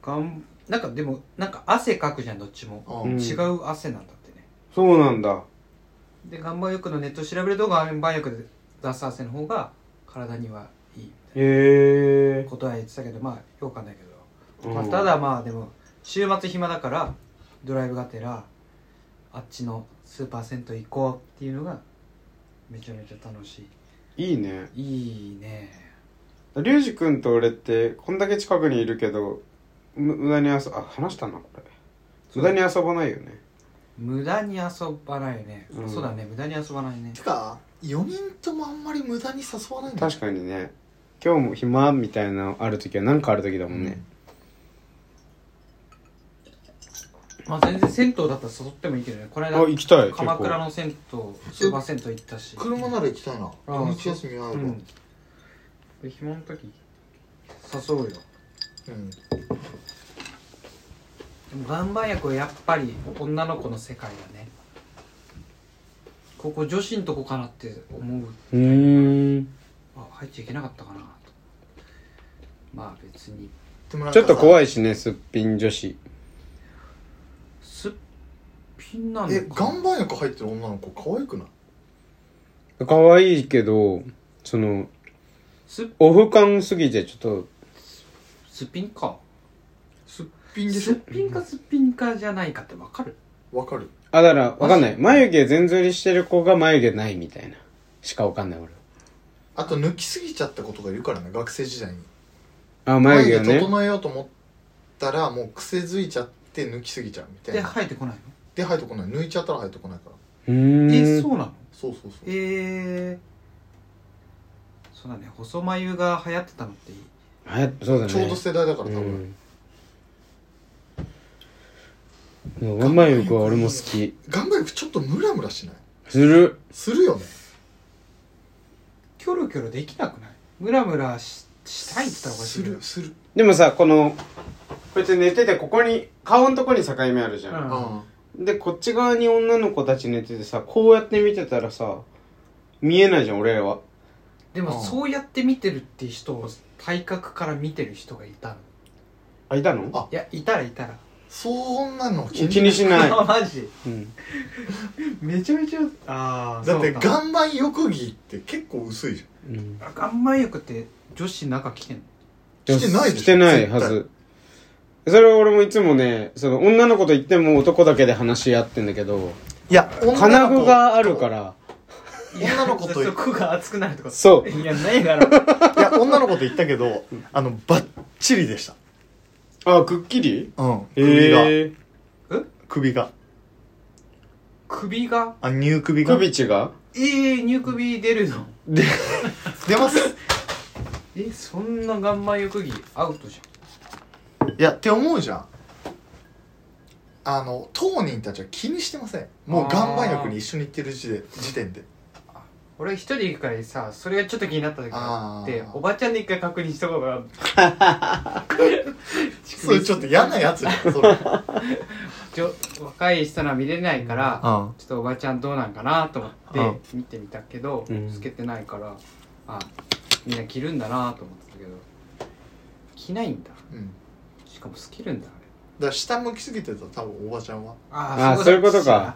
[SPEAKER 2] がんなんかでもなんか汗かくじゃんどっちも、
[SPEAKER 3] うん
[SPEAKER 1] うん
[SPEAKER 2] 違う汗なんだってね
[SPEAKER 1] そうなんだ
[SPEAKER 2] で岩盤浴のネット調べると岩盤浴で出す汗の方が体にはいいみたい
[SPEAKER 1] へえ
[SPEAKER 2] なことは言ってたけどまあよくわかんないけど、
[SPEAKER 1] うん
[SPEAKER 2] まあ、ただまあでも週末暇だからドライブがてらあっちのスーパー銭湯行こうっていうのがめちゃめちゃ楽し
[SPEAKER 1] いいね
[SPEAKER 2] いいいね
[SPEAKER 1] リュウジ君と俺ってこんだけ近くにいるけどむ無駄に遊あ話したなこれ無駄に遊ばないよね
[SPEAKER 2] 無駄に遊ばないよね、
[SPEAKER 1] うん
[SPEAKER 2] そうだね無駄に遊ばないね
[SPEAKER 3] てか4人ともあんまり無駄に誘わないんだよ
[SPEAKER 1] 確かにね今日も暇みたいなのある時は何かある時だもんね、
[SPEAKER 2] まあ全然銭湯だったら誘ってもいいけどねこの
[SPEAKER 1] あ行
[SPEAKER 2] 間
[SPEAKER 1] きたい結
[SPEAKER 2] 鎌倉
[SPEAKER 1] 構
[SPEAKER 2] の銭湯スーパー銭湯行ったし
[SPEAKER 3] 車なら行きたいな
[SPEAKER 2] あ
[SPEAKER 3] 土日休みはあ
[SPEAKER 2] う
[SPEAKER 3] るわ
[SPEAKER 2] んで暇の時誘うよ
[SPEAKER 3] うん
[SPEAKER 2] でも岩盤浴はやっぱり女の子の世界だねここ女子んとこかなって思う
[SPEAKER 1] うーん
[SPEAKER 2] あ入っちゃいけなかったかなとまあ別に
[SPEAKER 3] でもなん
[SPEAKER 1] ち
[SPEAKER 3] か
[SPEAKER 1] ょっと怖
[SPEAKER 3] い
[SPEAKER 1] いしねすっぴん女子
[SPEAKER 2] すっぴんなの
[SPEAKER 3] え
[SPEAKER 2] か
[SPEAKER 3] 岩
[SPEAKER 2] な
[SPEAKER 3] 盤浴入ってる女の子可愛くない
[SPEAKER 1] 可愛いけどその
[SPEAKER 2] す
[SPEAKER 1] オフ感すぎてちょっと
[SPEAKER 2] すっぴんか
[SPEAKER 3] すっぴんですし
[SPEAKER 2] っぴんかすっぴんかじゃないかってわかる
[SPEAKER 3] ょわかる
[SPEAKER 1] あだからわかんない眉毛全剃りしてる子が眉毛ないみたいなしかわかんない俺
[SPEAKER 3] あと抜きすぎちゃったことがいるからね学生時代に
[SPEAKER 1] あ眉毛をね
[SPEAKER 3] 整えようと思ったらもう癖づいちゃって抜きすぎちゃうみた
[SPEAKER 2] で
[SPEAKER 3] いな
[SPEAKER 2] 生えてこないの
[SPEAKER 3] で入ってこない抜いちゃったら入ってこないか
[SPEAKER 1] う
[SPEAKER 3] ら
[SPEAKER 1] ー
[SPEAKER 2] え
[SPEAKER 1] ん
[SPEAKER 2] そうなの
[SPEAKER 3] そうそうそう
[SPEAKER 2] えー、そうだね細眉が流行ってたのっていい
[SPEAKER 1] はやそうだね
[SPEAKER 3] ちょうど世代だから多分、
[SPEAKER 1] うんワンマン浴は俺も好き
[SPEAKER 3] 岩盤浴ちょっとムラムラしない
[SPEAKER 1] する
[SPEAKER 3] するよね
[SPEAKER 2] キョロキョロできなくないムラムラししたいって言ったらおかし
[SPEAKER 3] す
[SPEAKER 2] いけど
[SPEAKER 3] るする
[SPEAKER 1] でもさこのこいつ寝ててここに顔のとこに境目あるじゃん、
[SPEAKER 2] うん
[SPEAKER 3] あ
[SPEAKER 1] でこっち側に女の子たち寝ててさこうやって見てたらさ見えないじゃん俺は
[SPEAKER 2] で
[SPEAKER 3] う
[SPEAKER 2] も
[SPEAKER 3] ん
[SPEAKER 2] そうやって見てるっていう人を体格から見てる人がいたの
[SPEAKER 1] あいたの
[SPEAKER 3] あ
[SPEAKER 2] いやいたらいたら
[SPEAKER 3] そんなの気
[SPEAKER 1] 気にしない
[SPEAKER 2] <laughs> マジ
[SPEAKER 1] うん
[SPEAKER 2] めちゃめちゃああ
[SPEAKER 3] だって
[SPEAKER 2] ガン
[SPEAKER 3] 岩盤浴着って結構薄いじ
[SPEAKER 1] うん
[SPEAKER 2] 岩盤浴って女子中着てんの
[SPEAKER 3] ゃんしてないでしょ
[SPEAKER 1] してない
[SPEAKER 3] 絶
[SPEAKER 1] は
[SPEAKER 3] 対
[SPEAKER 1] ずそれは俺もいつもねその女の子と言っても男だけで話し合ってんだけど
[SPEAKER 3] いや
[SPEAKER 1] 金具があるから
[SPEAKER 3] 女の子と
[SPEAKER 2] いやそこが熱くなるとか
[SPEAKER 1] そう
[SPEAKER 2] いやないだろ
[SPEAKER 3] いや女の子と言ったけどあのバッチリでし
[SPEAKER 1] あくっきり
[SPEAKER 3] たうん首が、
[SPEAKER 1] ええ
[SPEAKER 3] 首が
[SPEAKER 2] 首が
[SPEAKER 3] あ乳首が
[SPEAKER 1] 首ちが
[SPEAKER 2] ええー、乳首出るの
[SPEAKER 3] 出ます
[SPEAKER 2] えそんな岩盤浴着アウトじ
[SPEAKER 3] いやって思うじゃんあの当人たちは気にしてませんもう岩盤浴に一緒に行ってる時で時点で
[SPEAKER 2] ゃん俺一人行くからさそれがちょっと気になった時があって
[SPEAKER 3] あー
[SPEAKER 2] おばちゃんで一回確認したことがある <laughs>
[SPEAKER 3] それちょっと嫌なやつじゃん
[SPEAKER 1] <laughs>
[SPEAKER 3] それ
[SPEAKER 2] ちょ若い人のは見れないから、
[SPEAKER 3] うん
[SPEAKER 2] ちょっとおばちゃんどうなんかなと思って見てみたけど、
[SPEAKER 1] うん
[SPEAKER 2] 透けてないからあみんな着るんだなと思ってたけど着ないんだ
[SPEAKER 3] うん
[SPEAKER 2] しかも透けるんだあれ
[SPEAKER 3] だから下向きすぎてた多分おばちゃんは
[SPEAKER 1] あーそういうことか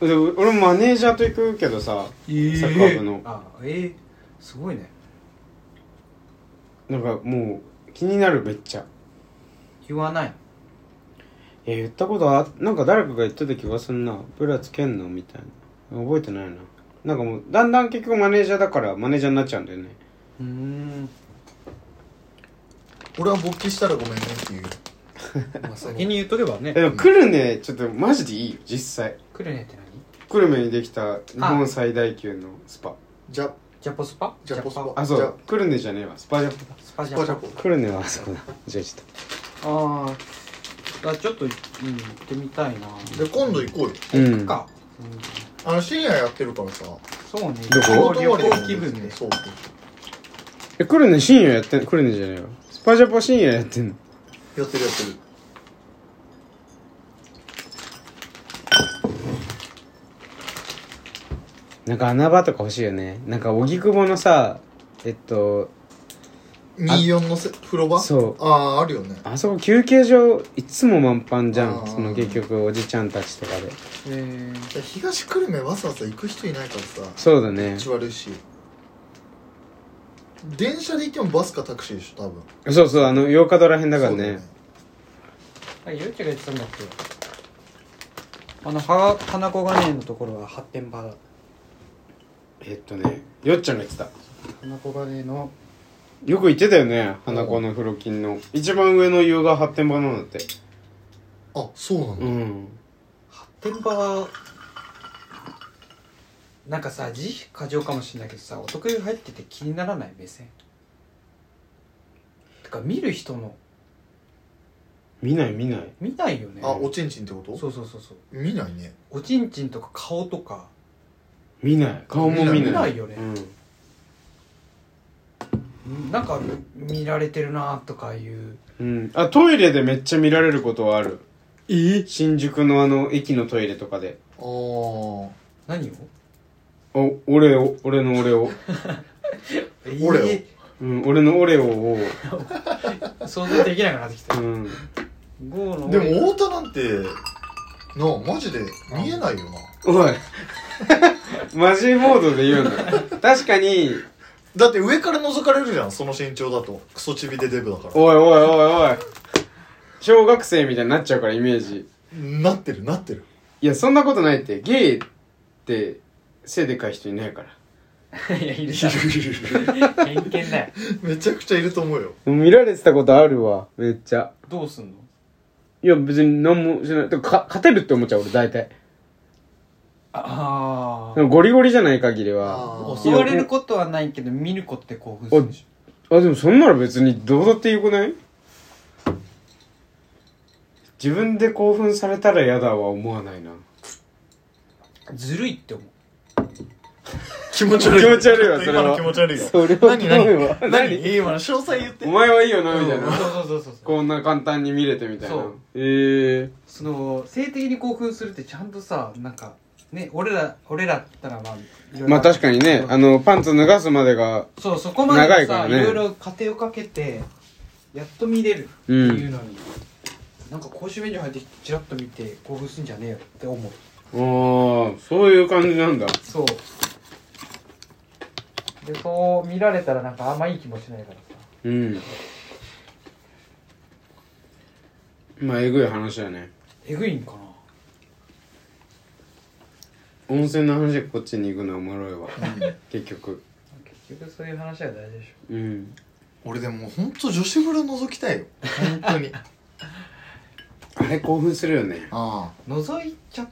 [SPEAKER 1] で俺もマネージャーと行くけどさ
[SPEAKER 2] えー、
[SPEAKER 1] サッカー部の
[SPEAKER 2] あえー、すごいね
[SPEAKER 1] なんかもう気になるめっちゃ
[SPEAKER 2] 言わない
[SPEAKER 1] え言ったことあなんか誰かが言ってた気がすんなブラつけんのみたいな覚えてないななんかもうだんだん結局マネージャーだからマネージャーになっちゃうんだよね
[SPEAKER 2] うーん
[SPEAKER 3] 俺は勃起したらごめんねっていう
[SPEAKER 2] まあ先に言っとけばね
[SPEAKER 1] えでも来るねちょっとマジでいいよ実際
[SPEAKER 2] クルネって何
[SPEAKER 1] 久留米にできた日本最大級のスパ
[SPEAKER 3] ジャ
[SPEAKER 2] ジャポスパ
[SPEAKER 3] ジャポスパ
[SPEAKER 1] あ
[SPEAKER 3] じ
[SPEAKER 1] そ
[SPEAKER 3] ゃあ
[SPEAKER 1] う久留米じゃねえわスパジャポだ
[SPEAKER 2] スパジ
[SPEAKER 3] ス
[SPEAKER 2] ャポ
[SPEAKER 3] パジャポ
[SPEAKER 1] 久留米はあそこだじゃあちょっ
[SPEAKER 2] あーあちょっと、うん、行ってみたいな
[SPEAKER 3] で今度行こうよ
[SPEAKER 1] とうん
[SPEAKER 2] か、
[SPEAKER 3] あの深夜やってるからさ
[SPEAKER 2] そうね
[SPEAKER 1] どこ
[SPEAKER 2] 旅行
[SPEAKER 3] 仕事終
[SPEAKER 2] 旅
[SPEAKER 3] わり
[SPEAKER 2] 行気分で
[SPEAKER 3] そう
[SPEAKER 1] え久留米深夜やってん久留米じゃねえわスパジャポ深夜やってんの
[SPEAKER 3] やってるやってる
[SPEAKER 1] なんか穴場とか欲しいよねなんか荻窪のさえっと
[SPEAKER 3] 24のせ風呂場
[SPEAKER 1] そう
[SPEAKER 3] あああるよね
[SPEAKER 1] あそこ休憩所いつも満帆じゃ
[SPEAKER 3] あ
[SPEAKER 1] ん
[SPEAKER 3] ー
[SPEAKER 1] その結局おじちゃんたちとかで
[SPEAKER 2] えー
[SPEAKER 3] いや東久留米わざわざ行く人いないからさ
[SPEAKER 1] そうだね
[SPEAKER 3] 口悪いし電車で行ってもバスかタクシーでしょ多分
[SPEAKER 1] そうそうあの8日ドらへんだからね
[SPEAKER 2] あ、ゆうちが言ってたんだっけあの、は花子がねのところは発展場だ。
[SPEAKER 1] えっとねよっちゃんが言ってた
[SPEAKER 2] 花子がねの、
[SPEAKER 1] よく言ってたよね花子の風呂金の一番上の優雅発展場なんだって
[SPEAKER 3] あそうなんだ、
[SPEAKER 1] うん
[SPEAKER 2] 発展場は、なんかさ、字過剰かもしれないけどさ、お得意入ってて気にならない目線。てか、見る人の、
[SPEAKER 1] 見ない見ない
[SPEAKER 2] 見ないよね。
[SPEAKER 3] あおちんちんってこと
[SPEAKER 2] そうそうそうそう。
[SPEAKER 3] 見ないね
[SPEAKER 2] おちんちんとか顔とか、
[SPEAKER 1] 見ない顔も見ない
[SPEAKER 2] 見ないよね
[SPEAKER 1] うん
[SPEAKER 2] なんか見られてるなとかいう。
[SPEAKER 1] うん、あトイレでめっちゃ見られることはあるえ新宿のあの駅のトイレとかで
[SPEAKER 3] あー
[SPEAKER 2] 何を
[SPEAKER 1] お俺を俺の俺を、
[SPEAKER 3] 俺を
[SPEAKER 2] え
[SPEAKER 1] うん、俺の俺をを、
[SPEAKER 2] ー想像できなくなってきた
[SPEAKER 1] う。ん、
[SPEAKER 2] ゴーの
[SPEAKER 3] でも太田なんてなあマジで見えないよな
[SPEAKER 1] おいマジモードで言うの確かに
[SPEAKER 3] だって上から覗かれるじゃんその身長だとクソチビでデブだから
[SPEAKER 1] おいおいおいおい小学生みたいになっちゃうからイメージ
[SPEAKER 3] なってるなってる <laughs>
[SPEAKER 1] いやそんなことないってゲイって背でかい人いないから
[SPEAKER 2] いや、いるじゃん。偏見だよ。
[SPEAKER 3] めちゃくちゃいると思うよ
[SPEAKER 1] 見られてたことあるわめっちゃ
[SPEAKER 2] どうすんの
[SPEAKER 1] いや別に何もしないてかか勝てるって思っちゃう俺大体
[SPEAKER 2] あ
[SPEAKER 1] でもゴリゴリじゃない限りは
[SPEAKER 2] あ。
[SPEAKER 3] ー
[SPEAKER 2] 襲われることはないけど、見ることって興奮するでし
[SPEAKER 1] あでもそんなら別にどうだってよくない自分で興奮されたら嫌だは思わないな
[SPEAKER 2] ょ。ずるいって思う。
[SPEAKER 3] 気持ち
[SPEAKER 1] 気
[SPEAKER 3] 悪い
[SPEAKER 1] 持ち悪いわそれ
[SPEAKER 3] 今の
[SPEAKER 1] は
[SPEAKER 3] 気持ち悪いよ
[SPEAKER 1] それはひどいわ
[SPEAKER 3] 何今の詳細言って
[SPEAKER 1] お前はいいよなみたいな
[SPEAKER 2] そうそうそうそう。
[SPEAKER 1] こんな簡単に見れてみたいな
[SPEAKER 2] そう
[SPEAKER 1] ええ
[SPEAKER 2] その、性的に興奮するってちゃんとさ、なんか、ね、俺ら、俺らだったらまあ、いろいろ
[SPEAKER 1] まあ確かにねあのパンツ脱がすまでが
[SPEAKER 2] そう、そこまで
[SPEAKER 1] 長いから
[SPEAKER 2] さ、い
[SPEAKER 1] ね
[SPEAKER 2] ろいろ過程をかけて、やっと見れるっていうのに、なんか公衆便所入ってきて、チラッと見て、興奮すんじゃねえよって思う。
[SPEAKER 1] ああそういう感じなんだ
[SPEAKER 2] そう。で、そう見られたらなんかあんまいい気もしないからさ。
[SPEAKER 1] うんまあえぐい話だね
[SPEAKER 2] えぐいんかな
[SPEAKER 1] 温泉の話でこっちに行くのはおもろいわ結局
[SPEAKER 2] 結局そういう話は大事でしょ
[SPEAKER 1] うん
[SPEAKER 3] 俺でもほんと女子風呂覗きたいよ本当に <laughs> あ
[SPEAKER 1] あれ興奮するよね
[SPEAKER 3] あ
[SPEAKER 2] 覗いちゃ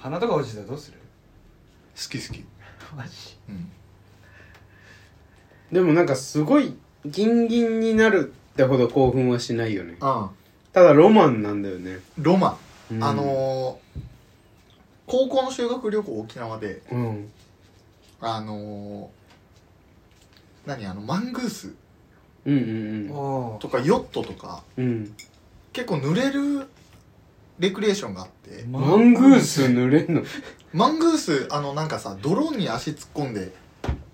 [SPEAKER 2] 鼻とか落ちてたらどうする
[SPEAKER 3] 好き好き
[SPEAKER 2] マジ
[SPEAKER 3] うん
[SPEAKER 1] でもなんかすごいギンギンになるってほど興奮はしないよね
[SPEAKER 3] ああ
[SPEAKER 1] ただロマンなんだよね、
[SPEAKER 3] ロマン
[SPEAKER 1] うん
[SPEAKER 3] あのー、高校の修学旅行沖縄で
[SPEAKER 1] うん
[SPEAKER 3] あのー、何あのマングース
[SPEAKER 1] うんうんうん
[SPEAKER 2] お
[SPEAKER 3] とかヨットとか
[SPEAKER 1] うん
[SPEAKER 3] 結構濡れるレクリエーションがあって
[SPEAKER 1] マングース濡れんの
[SPEAKER 3] マングースあのなんかさ泥に足突っ込んで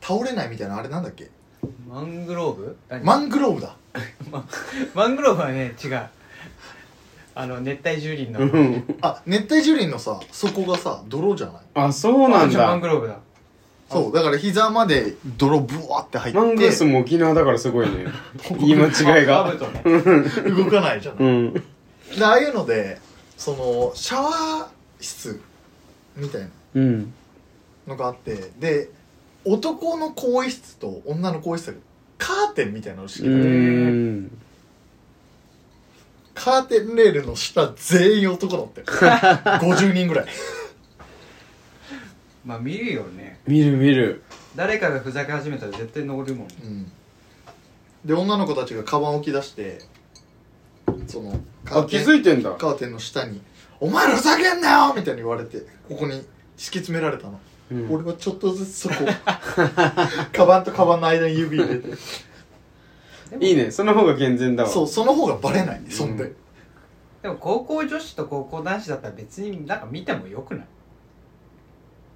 [SPEAKER 3] 倒れないみたいなあれなんだっけ
[SPEAKER 2] マングローブ何
[SPEAKER 3] マングローブだ
[SPEAKER 2] マングローブはね違うあの熱帯樹林の、
[SPEAKER 1] うん
[SPEAKER 3] あ熱帯樹林のさ底がさ泥じゃない
[SPEAKER 1] あそうなん
[SPEAKER 2] じゃあマン
[SPEAKER 1] だ
[SPEAKER 2] グローブだ
[SPEAKER 3] そうだから膝まで泥ブワーって入って
[SPEAKER 1] マングースも沖縄だからすごいね言い間違い
[SPEAKER 2] マ
[SPEAKER 1] が
[SPEAKER 2] ブとね
[SPEAKER 3] 動かないじゃない
[SPEAKER 1] うん
[SPEAKER 3] でああいうのでそのシャワー室みたいな
[SPEAKER 1] うん
[SPEAKER 3] のがあってで男の更衣室と女の更衣室がカーテンみたいなのを敷
[SPEAKER 1] う
[SPEAKER 3] きた
[SPEAKER 1] ーん
[SPEAKER 3] カーテンレールの下全員男
[SPEAKER 1] <laughs>
[SPEAKER 3] だって。50人ぐらい。
[SPEAKER 2] まあ見るよね
[SPEAKER 1] 見る見る
[SPEAKER 2] 誰かがふざけ始めたら絶対登るもん
[SPEAKER 3] うん。で、女の子たちがカバン置き出して、その、カ
[SPEAKER 1] あ
[SPEAKER 3] ー
[SPEAKER 1] 気
[SPEAKER 3] テン
[SPEAKER 1] づいてんだ
[SPEAKER 3] カーテンの下に「お前らふざけんなよ!」みたいに言われてここに敷き詰められたの、
[SPEAKER 1] うん
[SPEAKER 3] 俺はちょっとずつそこ <laughs> カバンとカバンの間に指入れて
[SPEAKER 1] いいねその方が健全だわ
[SPEAKER 3] そうその方がバレないそんで、
[SPEAKER 1] う
[SPEAKER 2] でも高校女子と高校男子だったら別になんか見てもよくな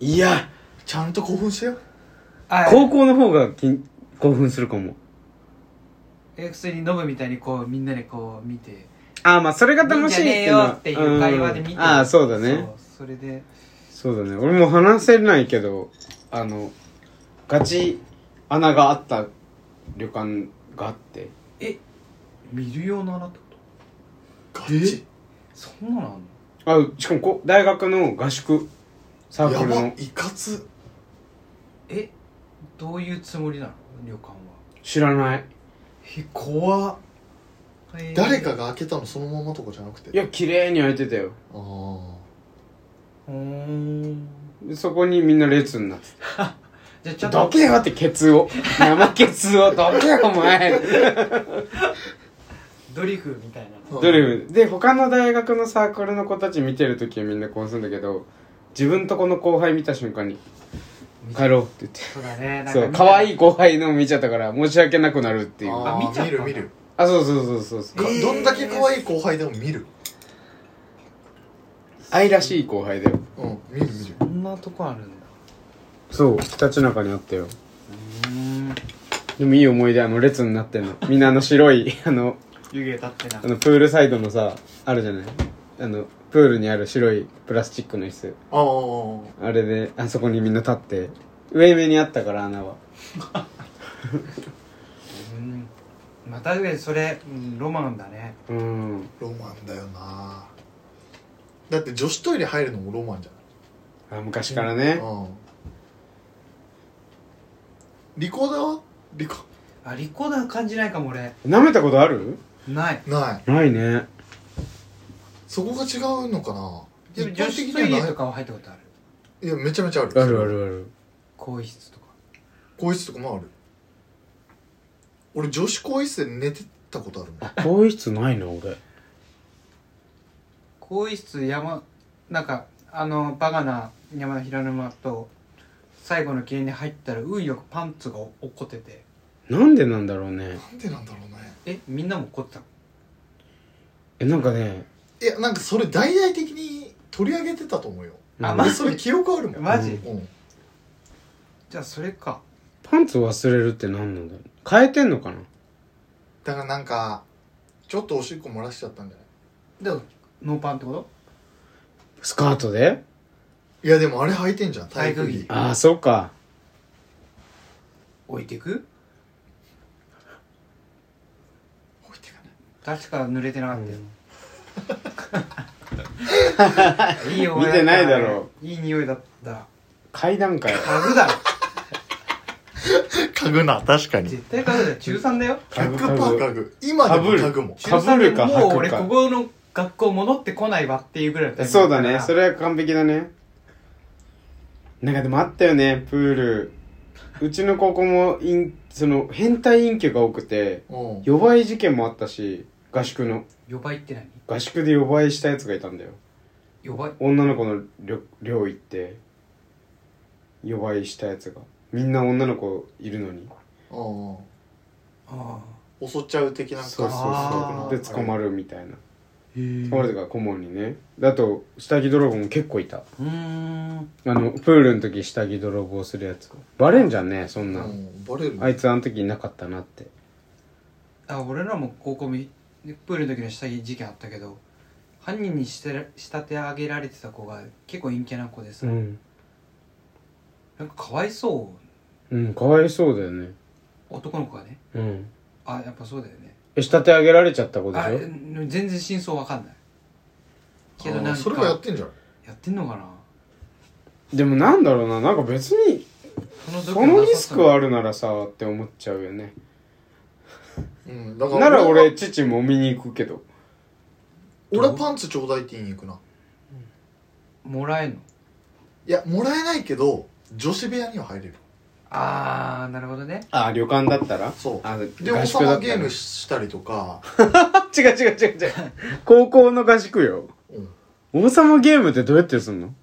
[SPEAKER 2] い
[SPEAKER 1] いや
[SPEAKER 3] ちゃんと興奮してよ
[SPEAKER 2] あ
[SPEAKER 1] 高校の方がきん興奮するかも
[SPEAKER 2] え普通にノブみたいにこうみんなでこう見て
[SPEAKER 1] ああまあそれが楽しいっていうのは
[SPEAKER 2] 見んじゃねえよっていう会話で見て、
[SPEAKER 1] んああそうだね
[SPEAKER 2] そうそれで
[SPEAKER 1] そうだね俺も話せないけどあのガチ穴があった旅館があって
[SPEAKER 2] え見る用の穴ってこと
[SPEAKER 3] ガチ
[SPEAKER 2] そんなのあんの
[SPEAKER 1] あしかもこ大学の合宿サ
[SPEAKER 3] や
[SPEAKER 1] ークル
[SPEAKER 3] ば
[SPEAKER 1] の
[SPEAKER 3] いかつ
[SPEAKER 2] えどういうつもりなの旅館は
[SPEAKER 1] 知らない
[SPEAKER 2] え怖っ、えー
[SPEAKER 3] 誰かが開けたのそのままとかじゃなくて
[SPEAKER 1] いや綺麗に開いてたよ
[SPEAKER 3] あー
[SPEAKER 2] うーん
[SPEAKER 1] でそこにみんな列になって
[SPEAKER 2] じゃあち
[SPEAKER 1] た
[SPEAKER 2] ょっ
[SPEAKER 1] ど
[SPEAKER 2] と
[SPEAKER 1] けよってケツを生ケツをどけよお前
[SPEAKER 2] ドリフみたいな
[SPEAKER 3] うん
[SPEAKER 1] どれもで他の大学のサークルの子たち見てる時はみんなこうするんだけど自分とこの後輩見た瞬間に「帰ろう」って言って
[SPEAKER 2] そうだねなんか
[SPEAKER 1] そう可愛
[SPEAKER 2] い
[SPEAKER 1] い後輩の見ちゃったから申し訳なくなるっていうあ
[SPEAKER 3] あー
[SPEAKER 2] あ見ちゃっ
[SPEAKER 3] 見
[SPEAKER 2] たんだ
[SPEAKER 3] る見る、
[SPEAKER 1] そうそうそうそうそう
[SPEAKER 2] えー
[SPEAKER 3] どんだけ可愛い後輩でも見る
[SPEAKER 1] 愛らしい後輩だよ
[SPEAKER 3] うん見る見る
[SPEAKER 2] こんなとこあるんだ
[SPEAKER 1] そうひたちなかにあったよ
[SPEAKER 2] うーん
[SPEAKER 1] でもいい思い出あの列になってん <laughs> のみんなあの白いあの
[SPEAKER 2] 湯気立ってな
[SPEAKER 1] あのプールサイドのさあるじゃないあのプールにある白いプラスチックの椅子
[SPEAKER 3] ああ
[SPEAKER 1] あれであそこにみんな立って上目にあったから穴は
[SPEAKER 2] うんまあ確かにそれ、うん、ロマンだね
[SPEAKER 1] うん
[SPEAKER 3] ロマンだよなだって女子トイレ入るのもロマンじゃない
[SPEAKER 1] あ昔からね、
[SPEAKER 3] うんリコーダーはリコ
[SPEAKER 2] あリコーダー感じないかも俺
[SPEAKER 1] 舐めたことある
[SPEAKER 2] ない
[SPEAKER 3] ない
[SPEAKER 1] ないね
[SPEAKER 3] そこが違うのかな
[SPEAKER 2] でも
[SPEAKER 3] 一
[SPEAKER 2] 女
[SPEAKER 3] 般
[SPEAKER 2] 子
[SPEAKER 3] 的
[SPEAKER 2] トイ
[SPEAKER 3] に
[SPEAKER 2] レ
[SPEAKER 3] はな
[SPEAKER 2] と
[SPEAKER 3] い
[SPEAKER 2] かは入ったことある
[SPEAKER 3] いやめちゃめちゃある
[SPEAKER 1] あるあるある
[SPEAKER 2] 更衣室とか
[SPEAKER 3] 更衣室とかもある俺女子更衣室で寝てたことあるもん
[SPEAKER 1] あ更衣室ないな俺
[SPEAKER 2] 更衣室山なんかあのバカな山田平沼と最後の記念に入ったら運よくパンツが落っこってて
[SPEAKER 1] なんでなんだろうね
[SPEAKER 3] なんでなんだろうね
[SPEAKER 2] えみんなも落っこってたの
[SPEAKER 1] えなんかね
[SPEAKER 3] いやなんかそれ大々的に取り上げてたと思うよ
[SPEAKER 2] あ
[SPEAKER 1] うん
[SPEAKER 2] マ
[SPEAKER 3] 俺
[SPEAKER 2] ジ
[SPEAKER 3] それ記憶あるもん
[SPEAKER 2] マジ
[SPEAKER 3] うん
[SPEAKER 2] じゃあそれか
[SPEAKER 1] パンツ忘れるって何なんだろう変えてんのかな
[SPEAKER 3] だからなんかちょっとおしっこ漏らしちゃったんじゃない
[SPEAKER 2] でノーパンってこと
[SPEAKER 1] スカートで
[SPEAKER 3] いやでもあれ履いてんじゃん体育
[SPEAKER 2] 体
[SPEAKER 3] 着
[SPEAKER 2] 育
[SPEAKER 1] ああそうか
[SPEAKER 2] 置いていく
[SPEAKER 3] 置いてかない
[SPEAKER 2] 確か濡れてなかったよ、いい思出
[SPEAKER 1] 見てないだろ
[SPEAKER 2] いい匂いだった
[SPEAKER 1] 階段階
[SPEAKER 2] 嗅ぐだろ
[SPEAKER 3] 嗅ぐな確か
[SPEAKER 2] 絶対嗅ぐだよ中3だよ
[SPEAKER 3] 100%嗅ぐ今でも嗅ぐもん
[SPEAKER 1] 被る
[SPEAKER 2] 中3で
[SPEAKER 1] か履くか
[SPEAKER 2] もう俺ここの学校戻ってこないわっていうぐらいのタイミン
[SPEAKER 1] そう
[SPEAKER 2] グ
[SPEAKER 1] だ
[SPEAKER 2] から
[SPEAKER 1] ねそれは完璧だねなんかでもあったよねプールうちの高校もインその変態陰キャが多くて
[SPEAKER 3] うん
[SPEAKER 1] 予売事件もあったし合宿の
[SPEAKER 2] 呼ばいって何
[SPEAKER 1] 合宿で予売したやつがいたんだよ
[SPEAKER 2] 呼ばい
[SPEAKER 1] 女の子の寮寮行って予売したやつがみんな女の子いるのに
[SPEAKER 3] うん
[SPEAKER 2] あ
[SPEAKER 3] 襲っちゃう的な
[SPEAKER 1] そうそう
[SPEAKER 2] あ
[SPEAKER 1] そう
[SPEAKER 2] ー
[SPEAKER 1] で捕まるみたいな
[SPEAKER 2] あへえう
[SPEAKER 1] 捕まるというか顧問にねだと下着泥棒も結構いた
[SPEAKER 2] ーん
[SPEAKER 1] あのプールの時下着泥棒するやつバレんじゃんねそん
[SPEAKER 3] う
[SPEAKER 1] なん、
[SPEAKER 3] んバレる
[SPEAKER 1] あいつあの時いなかったなって
[SPEAKER 2] あ俺らも高校みプールの時の下着事件あったけど犯人にしてら仕立て上げられてた子が結構陰キャな子でさ、
[SPEAKER 1] ん、
[SPEAKER 2] なんかかわいそう
[SPEAKER 1] うん、かわいそうだよね
[SPEAKER 2] 男の子がね
[SPEAKER 1] うん
[SPEAKER 2] あやっぱそうだよね
[SPEAKER 1] え仕立て上げられちゃった子でし
[SPEAKER 2] あ
[SPEAKER 1] ょ
[SPEAKER 2] 全然真相わかんないけど
[SPEAKER 3] あー
[SPEAKER 2] なんか
[SPEAKER 3] それはやってんじゃん
[SPEAKER 2] やってんのかな
[SPEAKER 1] でもなんだろうななんか別に
[SPEAKER 2] その時
[SPEAKER 1] その
[SPEAKER 2] な
[SPEAKER 1] リ
[SPEAKER 2] さ
[SPEAKER 1] ス
[SPEAKER 2] そう
[SPEAKER 1] クはあるならさって思っちゃうよね
[SPEAKER 3] うんだから
[SPEAKER 1] なら
[SPEAKER 3] は
[SPEAKER 1] 俺父も見に行くけど
[SPEAKER 3] 俺はパンツちょうだいって言いに行くな
[SPEAKER 2] もらえんの
[SPEAKER 3] いやもらえないけど女子部屋には入れる
[SPEAKER 2] ああなるほどね
[SPEAKER 1] あ旅館だったら
[SPEAKER 3] そう
[SPEAKER 1] あ
[SPEAKER 3] で
[SPEAKER 1] 合
[SPEAKER 3] 王
[SPEAKER 1] 宿だっ
[SPEAKER 3] 様
[SPEAKER 1] た
[SPEAKER 3] ゲ
[SPEAKER 1] ら
[SPEAKER 3] ームしたりとか、
[SPEAKER 1] 違う違う違う違う高校の合宿よ
[SPEAKER 3] うん、
[SPEAKER 1] 王様ゲームってどうやってすんの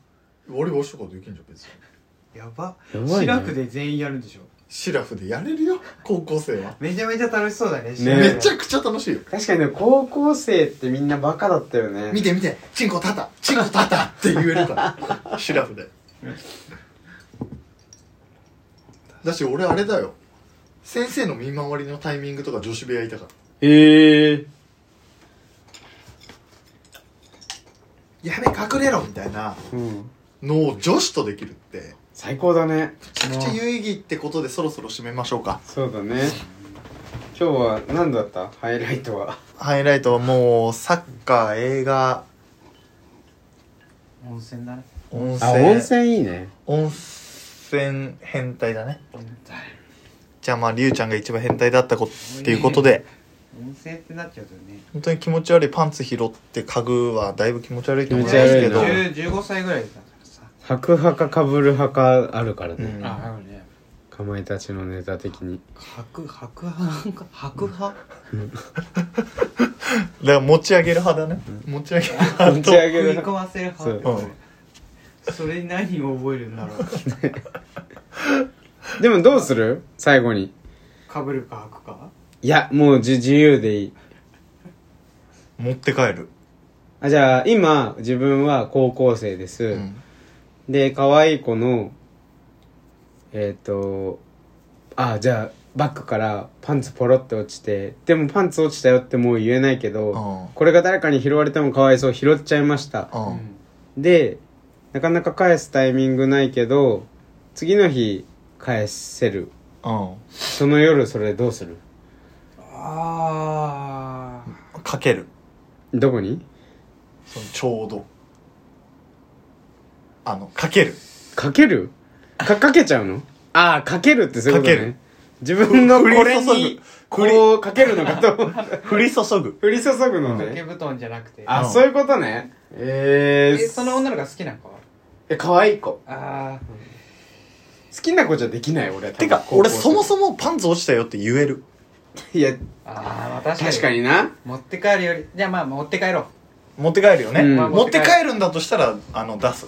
[SPEAKER 3] 俺はとかできんじゃん別に
[SPEAKER 2] やば
[SPEAKER 1] やばいね
[SPEAKER 2] 白くで全員やるんでしょ
[SPEAKER 3] シラフでやれるよ高校生は
[SPEAKER 2] めちゃめちゃ楽しそうだね
[SPEAKER 1] え
[SPEAKER 3] め
[SPEAKER 1] ね
[SPEAKER 3] ちゃくちゃ楽しいよ
[SPEAKER 1] 確かにね高校生ってみんなバカだったよね
[SPEAKER 3] 見て見てチンコタタチンコタタって言えるから <laughs> シラフでだし俺あれだよ先生の見回りのタイミングとか女子部屋いたから
[SPEAKER 1] へえ
[SPEAKER 3] やべ隠れろみたいな
[SPEAKER 1] うん
[SPEAKER 3] のを女子とできるって
[SPEAKER 1] 最高だね
[SPEAKER 3] めちゃくちゃ有意義ってことでそろそろ締めましょうか
[SPEAKER 1] そうだね今日は何だったハイライトは
[SPEAKER 3] ハイライトはもうサッカー映画
[SPEAKER 2] 温泉だね
[SPEAKER 3] 温泉
[SPEAKER 1] あ温泉いいね
[SPEAKER 3] 温泉変態だねじゃあまありゅうちゃんが一番変態だったこっていうことで
[SPEAKER 2] 温泉ってなっちゃうとね
[SPEAKER 3] 本当に気持ち悪いパンツ拾って家具はだいぶ気持ち悪いと思いま
[SPEAKER 1] 気持ち
[SPEAKER 3] す
[SPEAKER 1] 悪
[SPEAKER 3] け
[SPEAKER 1] いな
[SPEAKER 3] ど
[SPEAKER 2] 10 15歳ぐらいだったからさ
[SPEAKER 1] 白派かかぶる派かあるからね、
[SPEAKER 3] うん
[SPEAKER 2] ああるね
[SPEAKER 1] かまいたちのネタ的に
[SPEAKER 2] 白白派なんか白派
[SPEAKER 3] だから持ち上げる派だね、持ち上げる派と
[SPEAKER 1] 持ち上げる
[SPEAKER 2] 食い込
[SPEAKER 1] 派
[SPEAKER 2] ませる派ってことそれに何を覚えるんだろう
[SPEAKER 1] でもどうする最後に
[SPEAKER 2] かぶるか履くか
[SPEAKER 1] いやもうじ自由でいい
[SPEAKER 3] 持って帰る、
[SPEAKER 1] あじゃあ今自分は高校生です、
[SPEAKER 3] うん
[SPEAKER 1] で可愛い子のえっ、とあじゃあバッグからパンツポロって落ちてでもパンツ落ちたよってもう言えないけど、
[SPEAKER 3] うん
[SPEAKER 1] これが誰かに拾われてもかわいそう拾っちゃいました、
[SPEAKER 3] うん
[SPEAKER 1] でなかなか返すタイミングないけど次の日返せる
[SPEAKER 3] うん
[SPEAKER 1] その夜それどうする
[SPEAKER 2] ああ
[SPEAKER 3] かける
[SPEAKER 1] どこに
[SPEAKER 3] そのちょうどあのかける
[SPEAKER 1] かけるかかけちゃうのああかけるってそういうこと
[SPEAKER 3] かけ
[SPEAKER 1] ね
[SPEAKER 3] る
[SPEAKER 1] 自分のこれ
[SPEAKER 3] 降り注
[SPEAKER 1] に
[SPEAKER 3] ぐ降り
[SPEAKER 1] こうかけるのかと <laughs> 思った
[SPEAKER 3] 降り注ぐ
[SPEAKER 1] 降り注ぐの
[SPEAKER 2] 掛け
[SPEAKER 1] ね
[SPEAKER 2] 布団じゃなくて
[SPEAKER 1] あ
[SPEAKER 3] うん
[SPEAKER 1] そういうことねえ
[SPEAKER 2] え
[SPEAKER 1] ー、え
[SPEAKER 2] その女の子が好きな子
[SPEAKER 1] え可愛い子
[SPEAKER 2] ああ
[SPEAKER 1] 好きな子じゃできない俺
[SPEAKER 3] てか俺そも
[SPEAKER 1] も
[SPEAKER 3] そもパンツ落ちたよって言える
[SPEAKER 1] いや
[SPEAKER 2] ああ確かに
[SPEAKER 1] 確かにな
[SPEAKER 2] 持って帰るよりじゃあまあ持って帰ろう
[SPEAKER 3] 持って帰るよね、
[SPEAKER 1] うん
[SPEAKER 3] 持って帰るんだとしたらあの出す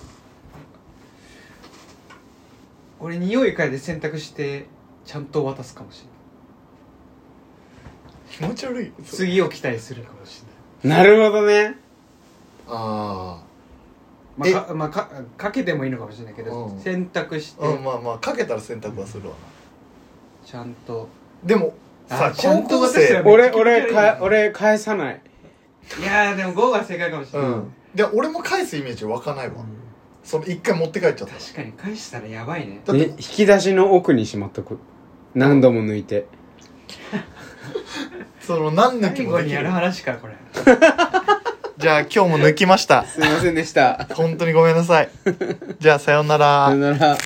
[SPEAKER 2] 俺匂い嗅いで洗濯してちゃんと渡すかもしれな
[SPEAKER 3] 気持
[SPEAKER 2] い
[SPEAKER 3] ち悪い
[SPEAKER 2] 次を期待するかもし
[SPEAKER 1] なるほどね
[SPEAKER 3] あ
[SPEAKER 2] れないまあか,、まあ、かかけてもいいのかもしれないけど、
[SPEAKER 3] うん
[SPEAKER 2] 洗濯して
[SPEAKER 3] あうんまあまあかけたら洗濯はするわな、
[SPEAKER 2] ちゃんと
[SPEAKER 3] でもさ
[SPEAKER 2] あちゃ
[SPEAKER 3] 高
[SPEAKER 2] んと
[SPEAKER 3] 校
[SPEAKER 2] 私ら
[SPEAKER 3] 生
[SPEAKER 2] も
[SPEAKER 1] 俺俺か俺返さない
[SPEAKER 2] いやーでも5が正解かもしれ
[SPEAKER 3] う
[SPEAKER 2] ない、
[SPEAKER 3] んで俺も返すイメージ湧かないわ、その一回持って帰っちゃった
[SPEAKER 2] 確かに返したらやばいね
[SPEAKER 3] だっ
[SPEAKER 1] え
[SPEAKER 3] て
[SPEAKER 1] 引き出しの奥にしまっとく何度も抜いて
[SPEAKER 3] その何抜き
[SPEAKER 2] 最後
[SPEAKER 3] もで
[SPEAKER 2] に
[SPEAKER 3] き
[SPEAKER 2] やる
[SPEAKER 3] る
[SPEAKER 2] 話かこれ
[SPEAKER 3] じゃあ今日も抜きました
[SPEAKER 1] すいませんでした
[SPEAKER 3] 本当にごめんなさいじゃあさようなら
[SPEAKER 1] さよなら